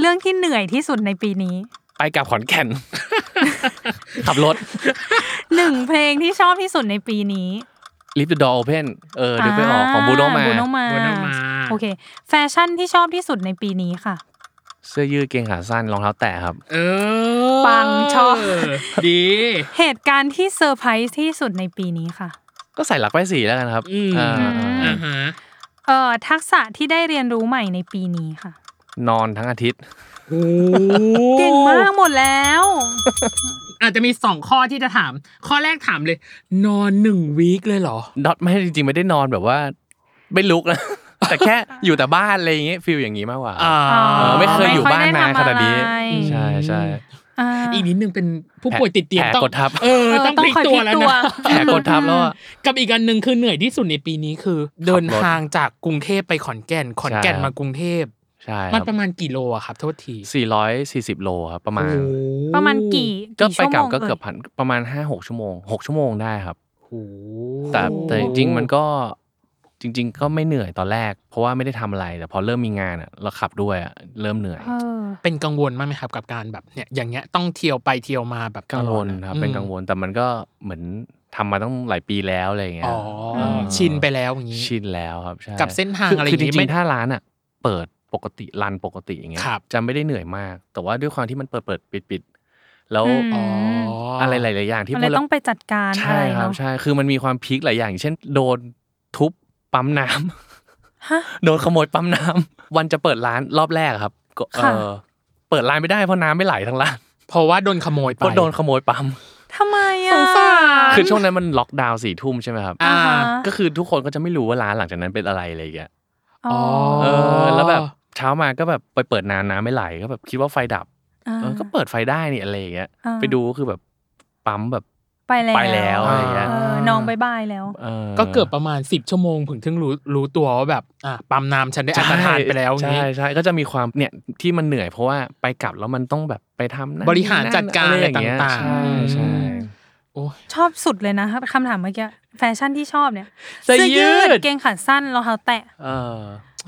C: เรื่องที่เหนื่อยที่สุดในปีนี้
D: ไปกลับขอนแก่น ขับรถ
C: หนึ่งเพลงที่ชอบที่สุดในปีนี้
D: ลิฟต์ดอ o โอเพนเออเดี๋ยวไปออกของบูโนมา
C: บูโนมา
B: Bruno Mars
C: โอเค แฟชั่นที่ชอบที่สุดในปีนี้ค่ะ
D: เสื้อยืดเกงขาสั้นรองเท้าแตะครับ
B: เออ
C: ปังชอบ
B: ดี
C: เหตุการณ์ที่เซอร์ไพรส์ที่สุดในปีนี้ค่ะ
D: ก็ใส่รักไปายสีแล้วกันครับ
B: อืม
D: อ่า
B: อ่าฮะ
C: เอ่อทักษะที่ได้เรียนรู้ใหม่ในปีนี้ค่ะ
D: นอนทั้งอาทิตย์
B: โอ้
C: เก่งมากหมดแล้ว
B: อาจจะมีสองข้อที่จะถาม ข้อแรกถามเลย นอนหนึ่งวีคเลยเหรอ
D: ดอทไม่จริงๆไม่ได้นอนแบบว่า ไม่ลุกนะ แต่แค่อยู่แต่บ้านอะไรอย่างเงี้ยฟิลอย่างงี้มากกว่า
B: อ่า
D: เออไม่เคยอยู่บ้านนาน
C: ไม่ค่อยได้
D: ขนาดนี้
C: ทำอะไร
D: ใช่ใช่
C: อ่า
B: อีกนิดนึงเป็นผู้ป่วยติดเตียง
D: แผล
B: ต้อง
D: กดทับ
B: เออ ต้องพลิกตัวแล้วนะ
D: แผลกดทับแล้วอะ
B: กับอีกอันหนึ่งคือเหนื่อยที่สุดในปีนี้คือ เดินทางจากกรุงเทพไปขอนแก่น ขอนแก่น
D: ใช่
B: มากรุงเทพ
D: ใช่ค
B: มัน
D: รับ
B: ประมาณกี่โลอะครับ โทษที
D: สี่ร้อยสี่สิบโลครับประมาณ
B: โอ้โห
C: ประมาณกี่
D: ก็
C: กี่
D: ไป
C: ชั่วโม
D: กลับ
C: ง
D: ก็
C: เอ่ย
D: เกือบพันประมาณห้าหกชั่วโมงหกชั่วโมงได้ครับ
B: โอ้โห
D: แต่แต่จริงๆมันก็จริง ๆ ก็ไม่เหนื่อยตอนแรก เพราะว่าไม่ได้ทำอะไรแต่พอเริ่มมีงานอ่ะเราขับด้วยอ่ะเริ่มเหนื่อย
C: เออ
B: เป็นกังวลมากไหมครับกับการแบบเนี่ยอย่างเงี้ยต้องเที่ยวไปเที่ยวมาแบบ
D: กังวล
B: ตอดอะ
D: ครับ
B: อืม
D: เป็นกังวลแต่มันก็เหมือนทำมาตั้งหลายปีแล้วอะไรอย่างเงี้ย
B: อ๋อ
D: เออ
B: ชินไปแล้วอย่างงี้
D: ชินแล้วครับใช่
B: กับเส้นทา
D: คื
B: งะไรอ
D: คื
B: ย่างงี้
D: จ
B: ไม่
D: ริงๆถ้าร้านอ่ะเปิดปกติรันปกติอย่างเงี้ย
B: ครับ
D: จะไม่ได้เหนื่อยมาก แต่ว่าด้วยความที่มันเปิดเปิดปิดปิดๆแล้ว
C: ม
B: อ๋ออะ
D: อะไรหลายๆอย่างที่
C: มัน
D: พ
C: เล
D: วย กเรา
C: ต้องไปจัดการอะ
D: ใช่
C: ไร
D: ครับ
C: เนาะ
D: ใช่คือมันมีความพีคหลายอย่างอย่างเช่น โดนทุบปั๊มน้ำ
C: ฮะ
D: โดนขโมยปั๊มน้ำวันจะเปิดร้านรอบแรกครับก็เอ
C: ค่ะ
D: อเปิดร้านไม่ได้เพราะน้ำไม่ไหลทั้ง ร้าน
B: เพราะว่าโดนขโมยไป
D: เพราะโดนขโมยปั๊ม
C: ทำไมอ่ะ
D: คือช่วงนั้นมันล็อกดาวน์สี่ทุ่มใช่ไหมครับ
B: อ่า
D: ก็คือทุกคนก็จะไม่รู้ว่าร้านหลังจากนั้นเป็นอะไรอะไรอย่างเงี้ย
C: อ๋อ
D: เอ
B: อ
D: อแล้วแบบเช้ามาก็แบบไปเปิดน้ำน้ำไม่ไหลก็แบบคิดว่าไฟดับ
C: า
D: เออก็เปิดไฟได้นี่อะไรอย่างเงี้ย
C: อ่า
D: ไปดูก็คือแบบปั๊มแบบ
C: ไปแล้ว
D: ไปแล้วอะไรอย่างเงี้ย
C: ออน้องบายบายแล้ว
D: เออ
B: ก็เกือบประมาณ 10 ชั่วโมงถึงถึงรู้รู้ตัวว่าแบบอ่ะปั๊มน้ำฉันได้อันตรธานไปแล้วอย่า
D: ใช่
B: งงี้
D: ใช่ใช่ก็จะมีความเนี่ยที่มันเหนื่อยเพราะว่าไปกลับแล้วมันต้องแบบไปทำนั่น
B: บริหารจัดการ
D: นั่นย่
B: อะ
D: เย
B: ไรต่างๆ
D: ใช่ใช่
B: อืม โอ้ย
C: ชอบสุดเลยนะคำถามเมื่อกี้แฟชั่นที่ชอบเนี่ย
B: เสื้อยืด
C: เกงขาสั้นรองเท้าแตะ
D: เออ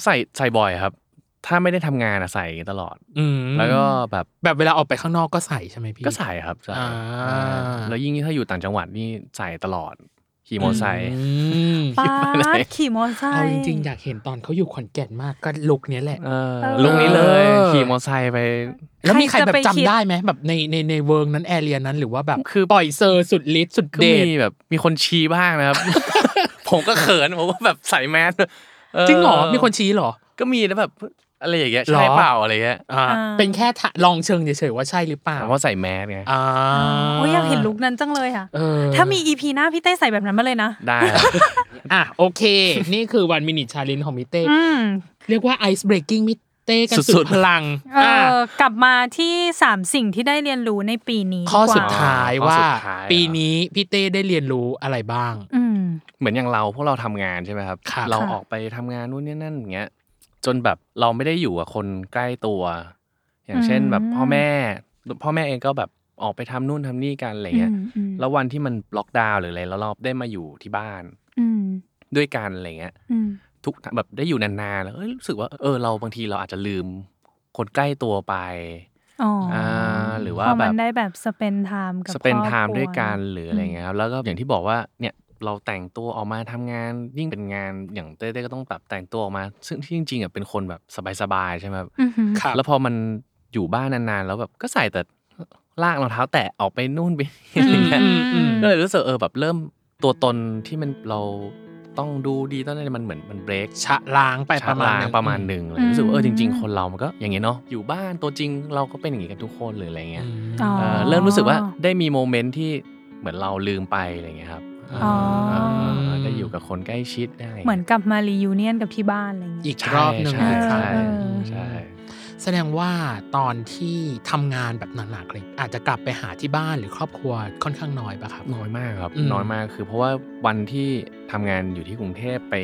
D: ใส่ใส่บ่อยครับ ถ้าไม่ได้ทำงานอะใส่ตลอด
B: อืม
D: แล้วก็แบบ
B: แบบเวลาออกไปข้างนอกก็ใส่ใช่ไหมพี่
D: ก็ใส่ครับใส่
B: อ่า
D: ใช่แล้วยิ่งถ้าอยู่ต่างจังหวัดนี่ใส่ตลอดขี่มอเตอร์ไซค์
B: อืม
C: ป้าดขี่มอเตอร์ไซ
B: เอา
C: ค์
B: จริงๆ อยากเห็นตอนเขาอยู่ขอนแก่นมากก็ลุกเนี้ยแหละ
D: เออลุงนี้เลย
B: เออ
D: ขี่มอเตอร์ไซค์ไป
B: แล้วมีใครแบบจำ
C: ะปคิ
B: ได้ไหมแบบในในในเวิร์กนั้นแอเรียนั้นหรือว่าแบบคือปล่อยเซอร์สุดฤทธิ์สุด
D: ก็
B: เดช
D: มีแบบมีคนชี้บ้าง นะครับ ผมก็เขินผมก็แบบใส่แมส
B: จริงเหรอ มีคนชี้เหรอ
D: ก็มีนะแบบอะไรอย่างเงี้ย
B: หรอ
D: ใช่เปล่าอะไรเงี้ย
B: อ่า เป็นแค่ทะลองเชิงเฉยๆว่าใช่หรือเปล่า
D: เพราะใส่แมสไง
B: อ่า
C: โอ้ยอยากเห็นลุกนั้นจังเลยค่ะ
B: เออ
C: ถ้ามีอีพีหน้าพี่เต้ใส่แบบนั้นมาเลยนะ
D: ได้ครับ
B: อ่ะโอเค นี่คือวันมินิชาเลนของมิเต้
C: อืม
B: เรียกว่าไอซ์เบรกกิ้งมิเต้กัน
D: สุ
B: สุด
D: ดๆ
B: พลัง
C: เอ
B: อ่ะ
C: อ กลับมาที่สามสิ่งที่ได้เรียนรู้ในปีนี้
B: ข้อสุด
C: กว่
B: ท้ายว่า
D: ข้อสุดท้าย
B: ปีนี้พี่เต้ได้เรียนรู้อะไรบ้าง
C: อืม
D: เหมือนอย่างเราพวกเราทำงานใช่ไหมครับ
B: ครับ
D: เรา
C: ค่ะ
D: ออกไปทำงานนู่นนี่นั่นอย่างเงี้ยจนแบบเราไม่ได้อยู่กับคนใกล้ตัว อย่างเช่นแบบพ่อแม่ พ่อแม่เองก็แบบออกไปทำนู่นทำนี่กันอะไรเงี้ย
C: อืมอืม
D: แล้ววันที่มันล็อกดาวน์หรืออะไรแล้วเราได้มาอยู่ที่บ้าน
C: อืม
D: ด้วยกันอะไรเงี้ย
C: อืม
D: ทุกแบบได้อยู่นานๆแล้วเอ้ยรู้สึกว่าเออเราบางทีเราอาจจะลืมคนใกล้ตัวไป
C: อ๋ออา
D: หรือว่า
C: พอ
D: แบ
C: มัน
D: บ
C: ได้แบบสเปนไทม์กับ
D: สเปน
C: ครอบค
D: ไทม์
C: รั
D: ด้วยกันหรืออะไร
C: ม
D: เงี้ยครับแล้วก็อย่างที่บอกว่าเนี่ยเราแต่งตัวออกมาทำงานยิ่งเป็นงานอย่างเต้เต้ก็ต้องแบบแต่งตัวออกมา ซึ่งที่จริงๆอ่ะเป็นคนแบบสบายๆใช่ไหมครับ
C: อือหือ
B: ครับ
D: แล้วพอมันอยู่บ้านนานๆ แล้วแบบก็ใส่แต่ลากรองเท้าแตะออกไปนู่นไปนี่อะไรเงี้ย
B: อืมอืม
D: ก็เลยรู้สึกเออแบบเริ่มตัวตนที่มันเราต้องดูดีตอนนั้นมันเหมือนมันเบรก
B: ชะล้างไปประมาณ
D: ล้า
B: ห
D: ง
B: นึ่ง
D: ประมาณหนึ่งเลยรู้สึกว่าเออจริง ๆ คนเรามันก็อย่างเงี้ยเนาะอยู่บ้านตัวจริงเราก็เป็นอย่างงี้กันทุกคนหรืออะไรเงี้ย
B: อืม
C: อ๋อ
D: เอ่อเริ่มรู้สึกว่าได้มีโมเมนต์ที่เหมือนเราลืมไปอะไรอย่างเงี้ยครับ
C: อ๋อ
D: เอ่อได้อยู่กับคนใกล้ชิดได้
C: เหมือนกลับมารียูเนียนกับที่บ้านอะไรเงี้ย
B: อีกรอบหนึ่ง
D: ใช่
B: อีกครั้ง
D: ใช่
C: เออ
D: ใช่
B: แสดงว่าตอนที่ทำงานแบบหนักๆเลยอาจจะกลับไปหาที่บ้านหรือครอบครัวค่อนข้างน้อยปะครับ
D: น้อยมากครับ
B: อืม
D: น้อยมากคือเพราะว่าวันที่ทำงานอยู่ที่กรุงเทพไป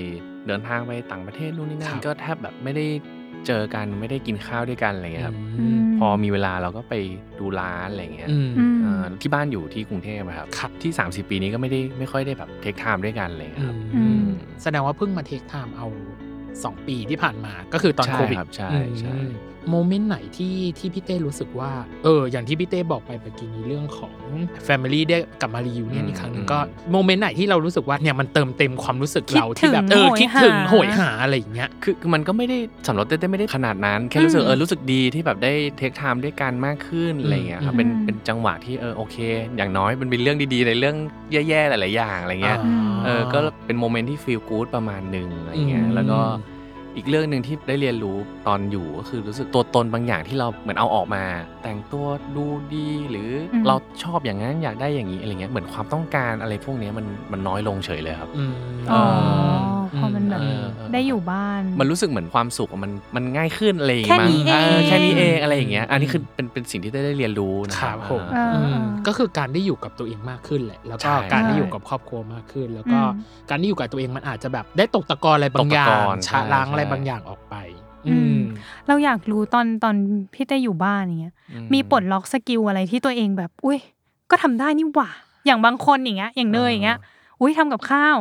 D: เดินทางไปต่างประเทศนู่นนี่นั่นก็แทบแบบไม่ได้เจอกันไม่ได้กินข้าวด้วยกันอะไรเงี้ยครับ
B: อืม
D: พอมีเวลาเราก็ไปดูร้านอะไรเงี้ย
B: อืม
C: อืม
D: เอ่อที่บ้านอยู่ที่กรุงเทพอะครับ
B: ครับ
D: ที่ 30 ปีนี้ก็ไม่ได้ไม่ค่อยได้แบบเทคไทม์ด้วยกันอะไรเลยครับ
C: อืม
D: อืม
B: แสดงว่าเพิ่งมาเทคไทม์เอาสองปีที่ผ่านมาก็คือตอนโควิด
D: ใช่ครับใช่ใช่
B: อืมโมเมนต์ไหนที่ที่พี่เต้รู้สึกว่า เออ อย่างที่พี่เต้บอกไปเมื่อกี้นี้เรื่องของ Family ได้กลับมารีวิวเนี่ยอีกครั้งหนึงก็โมเมนต์ไหนที่เรารู้สึกว่าเนี่ยมันเติมเต็มความรู้สึกเราที่แบบ
C: คิดถึง
B: เออคิดถึง
C: โหยหา
B: โหยหาอะไรอย่างเงี้ย
D: คือคือมันก็ไม่ได้สำหรับเต้เต้ไม่ได้ขนาดนั้น แค่รู้สึก
C: อืม
D: เออรู้สึกดีที่แบบได้เทคไทม์ด้วยกันมากขึ้นอะไรอย่างเงี้ยครับ
C: อืม
D: เป็น
C: อืม
D: เป็นจังหวะที่เออโอเค อย่างน้อยมันเป็นเรื่องดีๆในเรื่องแย่ๆหลายๆอย่างอะไรเงี้ย
B: อ่า
D: เออก็เป็นโมเมนต์ที่ฟีลกู๊ดประมาณหนึ่งอะไรเงี้
B: อื
D: ย
B: ม
D: แล้วก็อีกเรื่องหนึ่งที่ได้เรียนรู้ตอนอยู่ก็คือรู้สึกตัวตนบางอย่างที่เราเหมือนเอาออกมา แต่งตัวดูดีหรืออ
C: ม
D: เราชอบอย่างนั้นอยากได้อย่างนี้อะไรเงี้ย เหมือนความต้องการอะไรพวกเนี้ยมันมันน้อยลงเฉยเลยครับ
B: อืม
C: อ๋อ
B: ม
C: พอมันแบบ
D: เออเออ
C: ได้อยู่บ้าน
D: มันรู้สึกเหมือนความสุขอะมันมันง่ายขึ้นอะไรอย่าง
C: แค่
D: เงี้ยมั้ง
C: นี้เอง
D: เออแค่นี้เองอะไรอย่างเงี้ย อันนี้คือเป็นเป็นสิ่งที่ได้ได้เรียนรู้นะค
B: ครั
D: รับบ
B: ผม
C: เอ
D: อ่า
C: ออื
B: ม
C: เออ
B: ก็คือการได้อยู่กับตัวเองมากขึ้นแหละ แล้วก็
D: ใช่
B: การได้
C: ใช่
B: อยู่กับครอบครัวมากขึ้น แล้วก็
C: อืม
B: การได้อยู่กับตัวเองมันอาจจะแบบได้ตกตะกอนอะไรบางอย่า
D: ตก
B: ง
D: ตะกอน
B: ชะล้าง
D: ใช่
B: อะไรบางอย่างออกไป
C: อื
B: อื
C: ม
B: ม
C: เราอยากรู้ตอนตอนพี่เต้อยู่บ้านอย่างเงี้ย
D: อื
C: มีปลดล็อกสกิลอะไรที่ตัวเองแบบ อุ้ย ก็ทำได้นี่หว่า อย่างบางคนอย่างเงี้ย อย่างเนยอย่างเงี้ย อุ้ยทำกับข้าว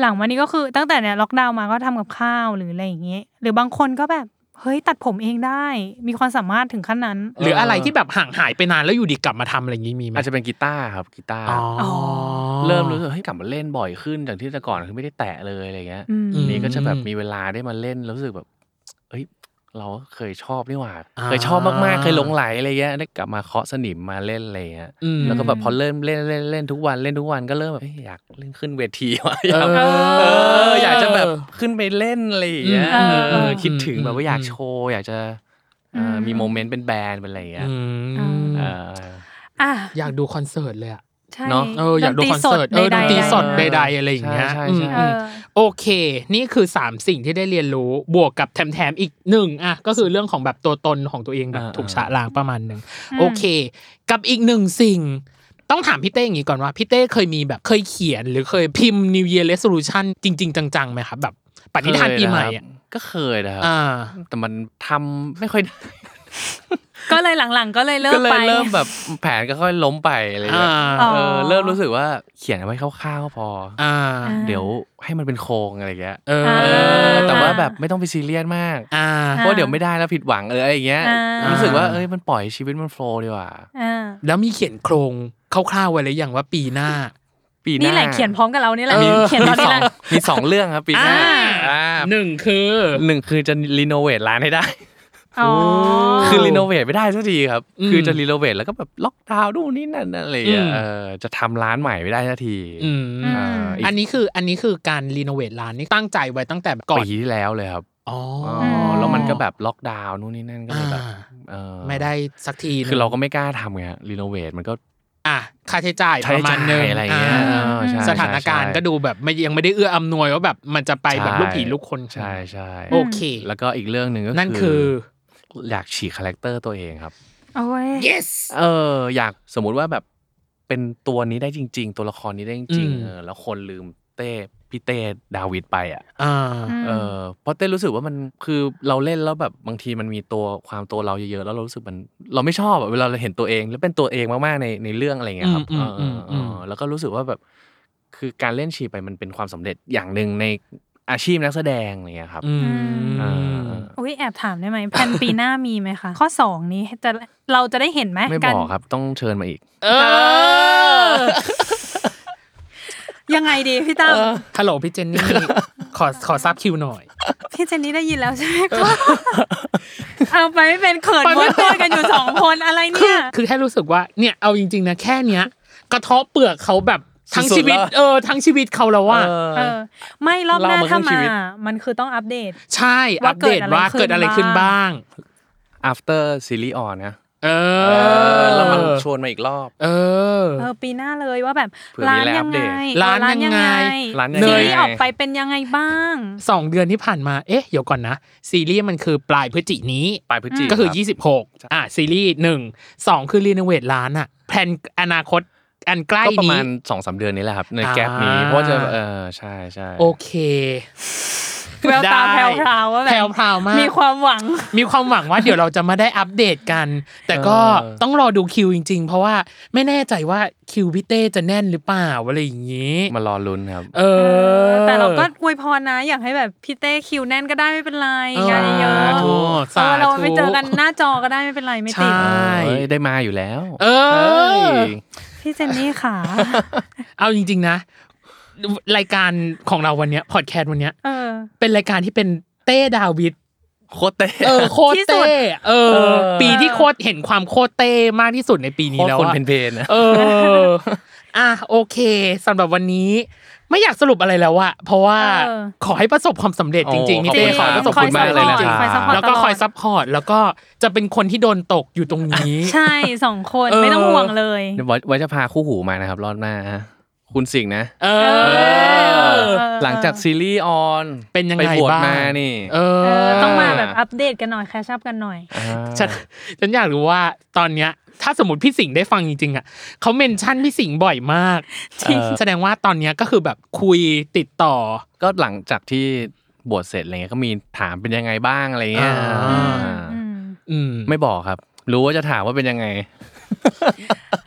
C: หลังวันนี้ก็คือตั้งแต่เนี่ยล็อกดาวน์มาก็ทำกับข้าวหรืออะไรอย่างเงี้ย หรือบางคนก็แบบ เฮ้ยตัดผมเองได้ มีความสามารถถึงขั้นนั้น
B: หรืออะไรที่แบบห่างหายไปนานแล้วอยู่ดีกลับมาทำอะไรอย่างนี้มีไหม
D: อาจจะเป็นกีตาร์ครับกีตาร์
B: อ๋ออ
D: เริ่มรู้สึกเฮ้ยกลับมาเล่นบ่อยขึ้นจากที่แต่ก่อนคือไม่ได้แตะเลยอะไรเงี้ย
C: อืม
D: นี่ก็จะแบบ
B: อืม
D: มีเวลาได้มาเล่นแล้วรู้สึกแบบเอ้ยเราก็เคยชอบนี่หว่า
B: อ่า
D: เคยชอบมากๆเคยหลงไหลอะไรเงี้ยได้กลับมาเคาะสนิมมาเล่นอะไรเงี้ย
B: อืม
D: แล้วก็แบบพอเริ่มเล่นเล่นเล่นทุกวันเล่นทุกวันก็เริ่มแบบเอ้ยอยากเล่นขึ้นเวทีว่ะอย าก
B: เออ
D: เอออยากจะแบบขึ้นไปเล่นอะไรอย่างเงี้ย
C: อืม
D: เออ
B: เออ
D: คิดถึงแบบว่าอยาก
B: อืม
D: โชว์อยากจะเอ่ออมีโมเมนต์เป็นแบรนด์เป็นอะไรเงี้ย
B: อืม
D: เออ
C: อ่ะ
B: อยากดูคอนเสิร์ตเลยอะ
C: ใช่
D: เนอะ
B: เอออยากดูคอนเสิร์ตเออดนตรีสด
C: ใๆ
B: ใดๆอะไรอย่างเงี้ย
D: ใช่
B: อื
D: ใช่
B: ม
D: ใช่
C: เอ
B: อืม
C: อ
B: โอเค นี่คือ 3 สิ่งที่ได้เรียนรู้ บวกกับแถมๆอีกหนึ่งอ่ะ ก็คือเรื่องของแบบตัวตนของตัวเองแบบ
D: อ่า
B: ถูกชะล้างประมาณหนึ่ง
C: อืม
B: โอเค กับอีกหนึ่งสิ่ง ต้องถามพี่เต้อย่างนี้ก่อนว่า พี่เต้เคยมีแบบเคยเขียน หรือเคยพิมพ์ New Year Resolution จริง ๆ จังๆไหมครับแบบปฏิทานปีใหม่อ่ะ
D: ก็เคยนะครับ
B: อ่า
D: แต่มันทำไม่ค่อยได้
C: ก็เลยหลังๆ ก็เลยเลิ
D: ก็
C: ก
D: เล
C: ไป
D: ยเริ่มแบบแผนก็ค่อยล้มไปอะไรเงี้ย
B: อ่า
D: เออ
C: อ
D: เริ่มรู้สึกว่าเขียนเอาไว้คร่าวๆพออ
B: อ่า
D: เดี๋ยวให้มันเป็นโครงอะไรเงี้ย
B: เออ
D: เออ แต่ว่า
C: อ่า
D: แบบไม่ต้องไปซีเรียสมาก
B: อ่า
D: เพราะเดี๋ยวไม่ได้แล้วผิดหวังเอออะไรอย่างเงี้ย
C: อ่ารู้
D: รู้สึกว่าเอ้ยมันปล่อยชีวิตมันโฟล์ดีกว่า
C: อ่า
B: แล้วมีเขียนโครงคร่าวๆไว้หรือยังว่าปีหน้า
D: ปีหน้า
C: นี่แหละเขียนพร้อมกับเรานี่แหละ
B: เออ
C: เขียนตอน
D: มี
C: นี้
D: ส
C: แห
D: อง
C: ละ
D: มีสองเรื่องครับปีหน้า
B: อ่า
D: อ่า
B: หนึ่งคือ
D: หนึ่งคือจะรีโนเวทร้านให้ได้
C: อ๋อ
D: คือรีโนเวทไม่ได้สักทีครับ
B: อืม
D: คือจะรีโนเวทแล้วก็แบบล็อกดาวน์นู่นนี่นั่นอะไรอย่างเงี้
B: อื
D: ย
B: ม
D: เออจะทำร้านใหม่ไม่ได้สักที
B: อืม
C: อืม
D: อ่าอีก
B: อันนี้คืออันนี้คือการรีโนเวทร้านนี่ตั้งใจไว้ตั้งแต่ก่อน
D: ปีที่แล้วเลยครับ
B: อ๋อ
D: อ๋อ
B: อ
D: อแล้วมันก็แบบล็อกดาวน์นู่นนี่นั่นก็เลยแบบ
B: อ่า
D: เออ
B: ไม่ได้สักทีหนึ่ง
D: คือเราก็ไม่กล้าทำไงรีโนเวทมันก็
B: อ่ะค่าใช้จ่าย
D: ใช้
B: ประมา
D: จ่า
B: ณหนึง
D: ยอะไรอย่างเงี้ย
B: อ่า
D: เออใช่
B: สถานการณ์
D: ใช่
B: ก็ดูแบบไม่ยังไม่ได้เอื้ออำนวยว่าแบบมันจะไปแบบลูกผีลูกคน
D: ใช่ใช่
B: โอเค
D: แล้วก็อีกเรื่องหนึ่งก็
B: นั่นคือ
D: อยากฉีกคาแรคเตอร์ตัวเองครับ
C: โอ้ย
B: yes
D: เอออยากสมมุติว่าแบบเป็นตัวนี้ได้จริง ๆ ตัวละครนี้ได้จ
B: อื
D: ริง
B: ม
D: ๆเออแล้วคนลืมเต้พี่เต้ดาวิดไปอ่ะ
B: อ่า
D: เออเพราะเต้รู้สึกว่ามันคือเราเล่นแล้วแบบบางทีมันมีตัวความตัวเราเยอะๆแล้วเรารู้สึกมันเราไม่ชอบอะเวลาเราเห็นตัวเองแล้วเป็นตัวเองมากๆในในเรื่องอะไรเงี้ยครับ
B: อื
D: เอ
B: ม
D: อ
B: อืม
D: เออ
B: อื
D: เอ
B: ม
D: อแล้วก็รู้สึกว่าแบบคือการเล่นฉีกไปมันเป็นความสำเร็จอย่างหนึ่งในอาชีพนักแสดงอะไรเงี้ยครับ
B: อื
D: อ่
B: มา
C: อุ้ยแอบถามได้ไหมแผนปีหน้ามีไหมคะ ข้อสองนี้จะเราจะได้เห็นไหม
D: ไม่
C: า
D: บอกครับต้องเชิญมาอีก
B: เออ
C: ยังไงดีพี่ตั้ม
B: ฮัลโหลพี่เจนนี่ขอขอทราบคิวหน่อย
C: พี่เจนนี่ได้ยินแล้วใช่ไหมคะเอาไปไม่เป็นเขิน
B: ไปไม่
C: ว่า
B: เป็น
C: ตัวกันอยู่สองคนอะไร
B: คื
C: เนี่
B: อย คือแค่รู้สึกว่าเนี่ยเอาจริง ๆ นะแค่เนี้ย กระเทาะเปลือกเขาแบบทั้ง
D: สุดๆ
B: ชีวิต
D: แล้ว
B: เออทั้งชีวิตเขาแล้วว่า
C: เออ ไม่รอบหน้า
D: เรามา
C: ถ้า
D: เรื่อง
C: มา
D: ชีวิต
C: มันคือต้องอัปเดต
B: ใช่อัปเดตว่า
C: ว่าเกิ
B: เกิด
C: ด
B: อะ
C: อะไร ไรขึ้
B: ขึ้น
C: น
B: บ้า
C: บ้าง ง
D: after ซีรีส์ออนนะ
B: เ เอ
D: เอ
B: อ
D: อแล้วมันชวนมาอีกรอบ
B: เออ
C: เออปีหน้าเลยว่าแบบ
D: เผื่อมี
C: ร้าน
D: อะไรอั
C: ยั
D: ป
C: ง
D: เด
C: ไง
D: ต
C: เออ
B: ร้านยังไง
D: ร้านยังไง
C: ซีรีส์ออกไปเป็นยังไงบ้าง
B: สองเดือนที่ผ่านมา เอ๊ะ เดี๋ยวก่อนนะ ซีรีส์มันคือปลายพฤศจินี้
D: ปลายพฤศจิ
B: ก็คือ
D: รับ
B: 26 อ่ะ ซีรีส์หนึ่งสองคือรีโนเวทร้านอ่ะแผนอนาคตอันใกล้
D: ก็ประมา
B: นี้
D: ณสองสามเดือนนี้แหละครับ ใน
B: อ่า
D: แก๊ปนี้ เพราะว่าจะเออใช่ใช่
B: โอเค
C: แววตา
B: ได้
C: แพรวๆว่าแบบ
B: แพรวๆมาก
C: มีความหวัง
B: มีความหวังว่าเดี๋ยวเราจะมาได้อัปเดตกัน แต่ก็ต้องรอดูคิวจริง ๆ เพราะว่าไม่แน่ใจว่าคิวพี่เต้จะแน่นหรือเปล่าอะไรอย่างนี้
D: มารอลุ้นครับ
B: เอ
C: เอ
B: อ
C: อ แต่เราก็อวยพรนะอยากให้แบบพี่เต้คิวแน่นก็ได้ไม่เป็นไรงานเยอะ
B: สาธุ
C: เอ
B: สา
C: อ
B: ธุ
C: เราไปเจอกันหน้าจอก็ได้ไม่เป็นไรไม่ติด
B: ใช่
D: เอ้ยได้มาอยู่แล้ว
B: เออ
D: เอ้ย
C: พี่เจนนี่ ค่ะ
B: เอาจริง ๆ นะ รายการของเราวันเนี้ยพอดแคสต์วันเนี้ย
C: เออ
B: เป็นรายการที่เป็นเต้ดาวิด
D: โคตรเต้
B: เออโคตร
C: ที่สุ
B: เต้
C: ด
B: เออ
D: เออ
B: ปีที่โคตรเห็นความโคตรเต้มากที่สุดในปี
D: โค
B: นี้
D: ตร
B: แล้ว
D: คน
B: อะ
D: เพลนๆนะ
B: เออ อ่ะโอเคสำหรับวันนี้ ไม่อยากสรุปอะไรแล้วอะเพราะว่า
C: เออ
B: ขอให้ประสบความสำเร็จจริงๆ
D: โอ้
B: พี่
D: ขอบ
B: เต้ขอให้ป
D: คุณ
B: ระสบค
D: คาว
B: วาม ม
D: มาก
B: สำ
D: เลย
B: เร็จ
D: นะ
B: จริง
C: คอยซัพพอร์
B: ๆ
C: ต
B: แล้วก็คอยซัพพอร์ตแล้วก็จะเป็นคนที่โดนตกอยู่ตรง นี้
C: ใช่สองคน
B: เออ
C: ไม่ต้องห่วงเลย
D: เดี๋ยวไว้ไว้จะพาคู่หูมานะครับ รอดหน้าฮะคุณสิงห์นะ
B: เอ
C: เอ
B: อ
C: อ
D: หลังจากซีรีส์ออน
B: เป็นยังไง
D: ปบวช
B: บ้าง
D: มานี่
B: เอ
C: เออ
B: อ
C: ต้องมาแบบอัปเดตกันหน่อยแคชอัพกันหน่อย
B: ฉันฉันอยากรู้ว่าตอนเนี้ย ถ้าสมมติพี่สิงห์ได้ฟังจริงๆอะเขาเมนชั่นพี่สิงห์บ่อยมาก
D: จริง
B: แสดงว่าตอนเนี้ยก็คือแบบคุยติดต่อ
D: ก็หลังจากที่บวชเสร็จอะไรเงี้ยก็มีถามเป็นยังไงบ้างอะไรเงี้ย
B: อ่า
D: อ่า
C: อืม
B: อืม
D: ไม่บอกครับ รู้ว่าจะถามว่าเป็นยังไง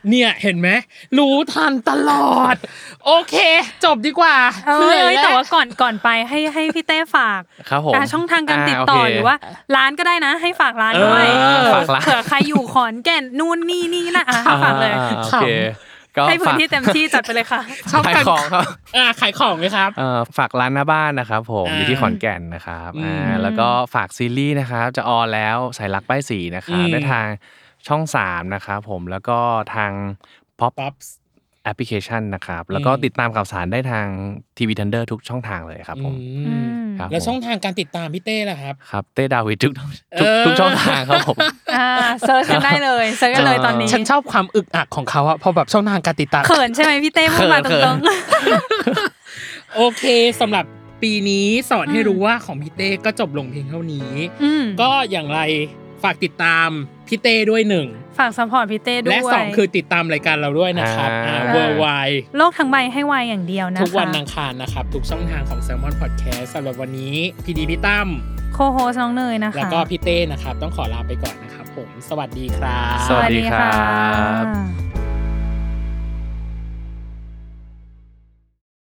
B: เนี่ยเห็นไหมรู้ทันตลอด โอเค จบดีกว่า
C: เออ
B: หนื่ย
C: เอ้ย
B: ล้
C: แต่ว่าก่อนก่อนไปให้ให้พี่เต้ฝาก
D: ครับผม
C: อ่าช่องทางการติดต่อ
D: โเค
C: หรือว่า ร้านก็ได้นะ ให้ฝากร้าน
D: เออ
C: ด้วย
D: ฝากร้าน
C: เผื่อใครอยู่ขอนแก่นนู่นนี่นี่นะอ่ะให้ฝากเลย
D: อ่โอเคก็
C: ให้พื้นที่
D: ฝาก
C: เต็มที่จัดไปเลยค่ะ
B: ชอบ
D: ขาย
B: กัน
D: ของครับ
B: อ่าขายของเลยครับ
D: เอ่อฝากร้านหน้าบ้านนะครับผม
B: อ่า
D: อยู่ที่ขอนแก่นนะครับ
B: อืม
D: อ่าแล้วก็ฝากซีรีส์นะครับจะออนแล้วสายรักป้ายสีนะครับ
B: อืม
D: ได้ทางช่อง 3 นะครับผมแล้วก็ทาง Pop
B: ป๊อป
D: Application นะครับ แล้วก็
B: อืม
D: ติดตามข่าวสารได้ทางทีวีทันเดอร์ทุกช่องทางเลยครับผมครับ
B: แล้ว
D: ผม
B: ช่องทางการติดตามพี่เต้ล่ะครับ
D: ครับเต้ดาวิดทุกทุก
B: เออ
D: ทุกช่องทางครับผม
C: อ่าเซิร์ชกันได้เลยเซิร์ชกันเลยตอนนี้
B: ฉันชอบความอึกอักของเขาอะพอแบบช่องทางการติดตาม
C: เขินใช่ไหมพี่เต้พูดมาต
D: เขิน
C: รง
B: โอเคสำหรับปีนี้สอนให้รู้ว่าของพี่เต้ก็จบลงเพียงเท่านี้
C: ๆอืม
B: ก็อย่างไรฝากติดตามพี่เต้ด้วยหนึ่ง
C: ฝากซัพพอร์ตพี่เต้ด้
B: และ
C: ว
B: ส
C: ย
B: องคือติดตามรายการเราด้วยนะครับ
D: อ่า
B: เวอร์ไว
C: โลกทั้งใบให้วายอย่างเดียวนะคะ
B: ทุกวันอังคารนะครับ ทุกช่องทางของ s ซ l m o n Podcast สำหรับวันนี้พีดีพี่ตั้ม
C: โคโฮสน้องเนยนะคะ
B: แล้วก็พี่เต้นะครับ ต้องขอลาไปก่อนนะครับผม สวัสดีครับ
D: สวัสดีครับ
C: บ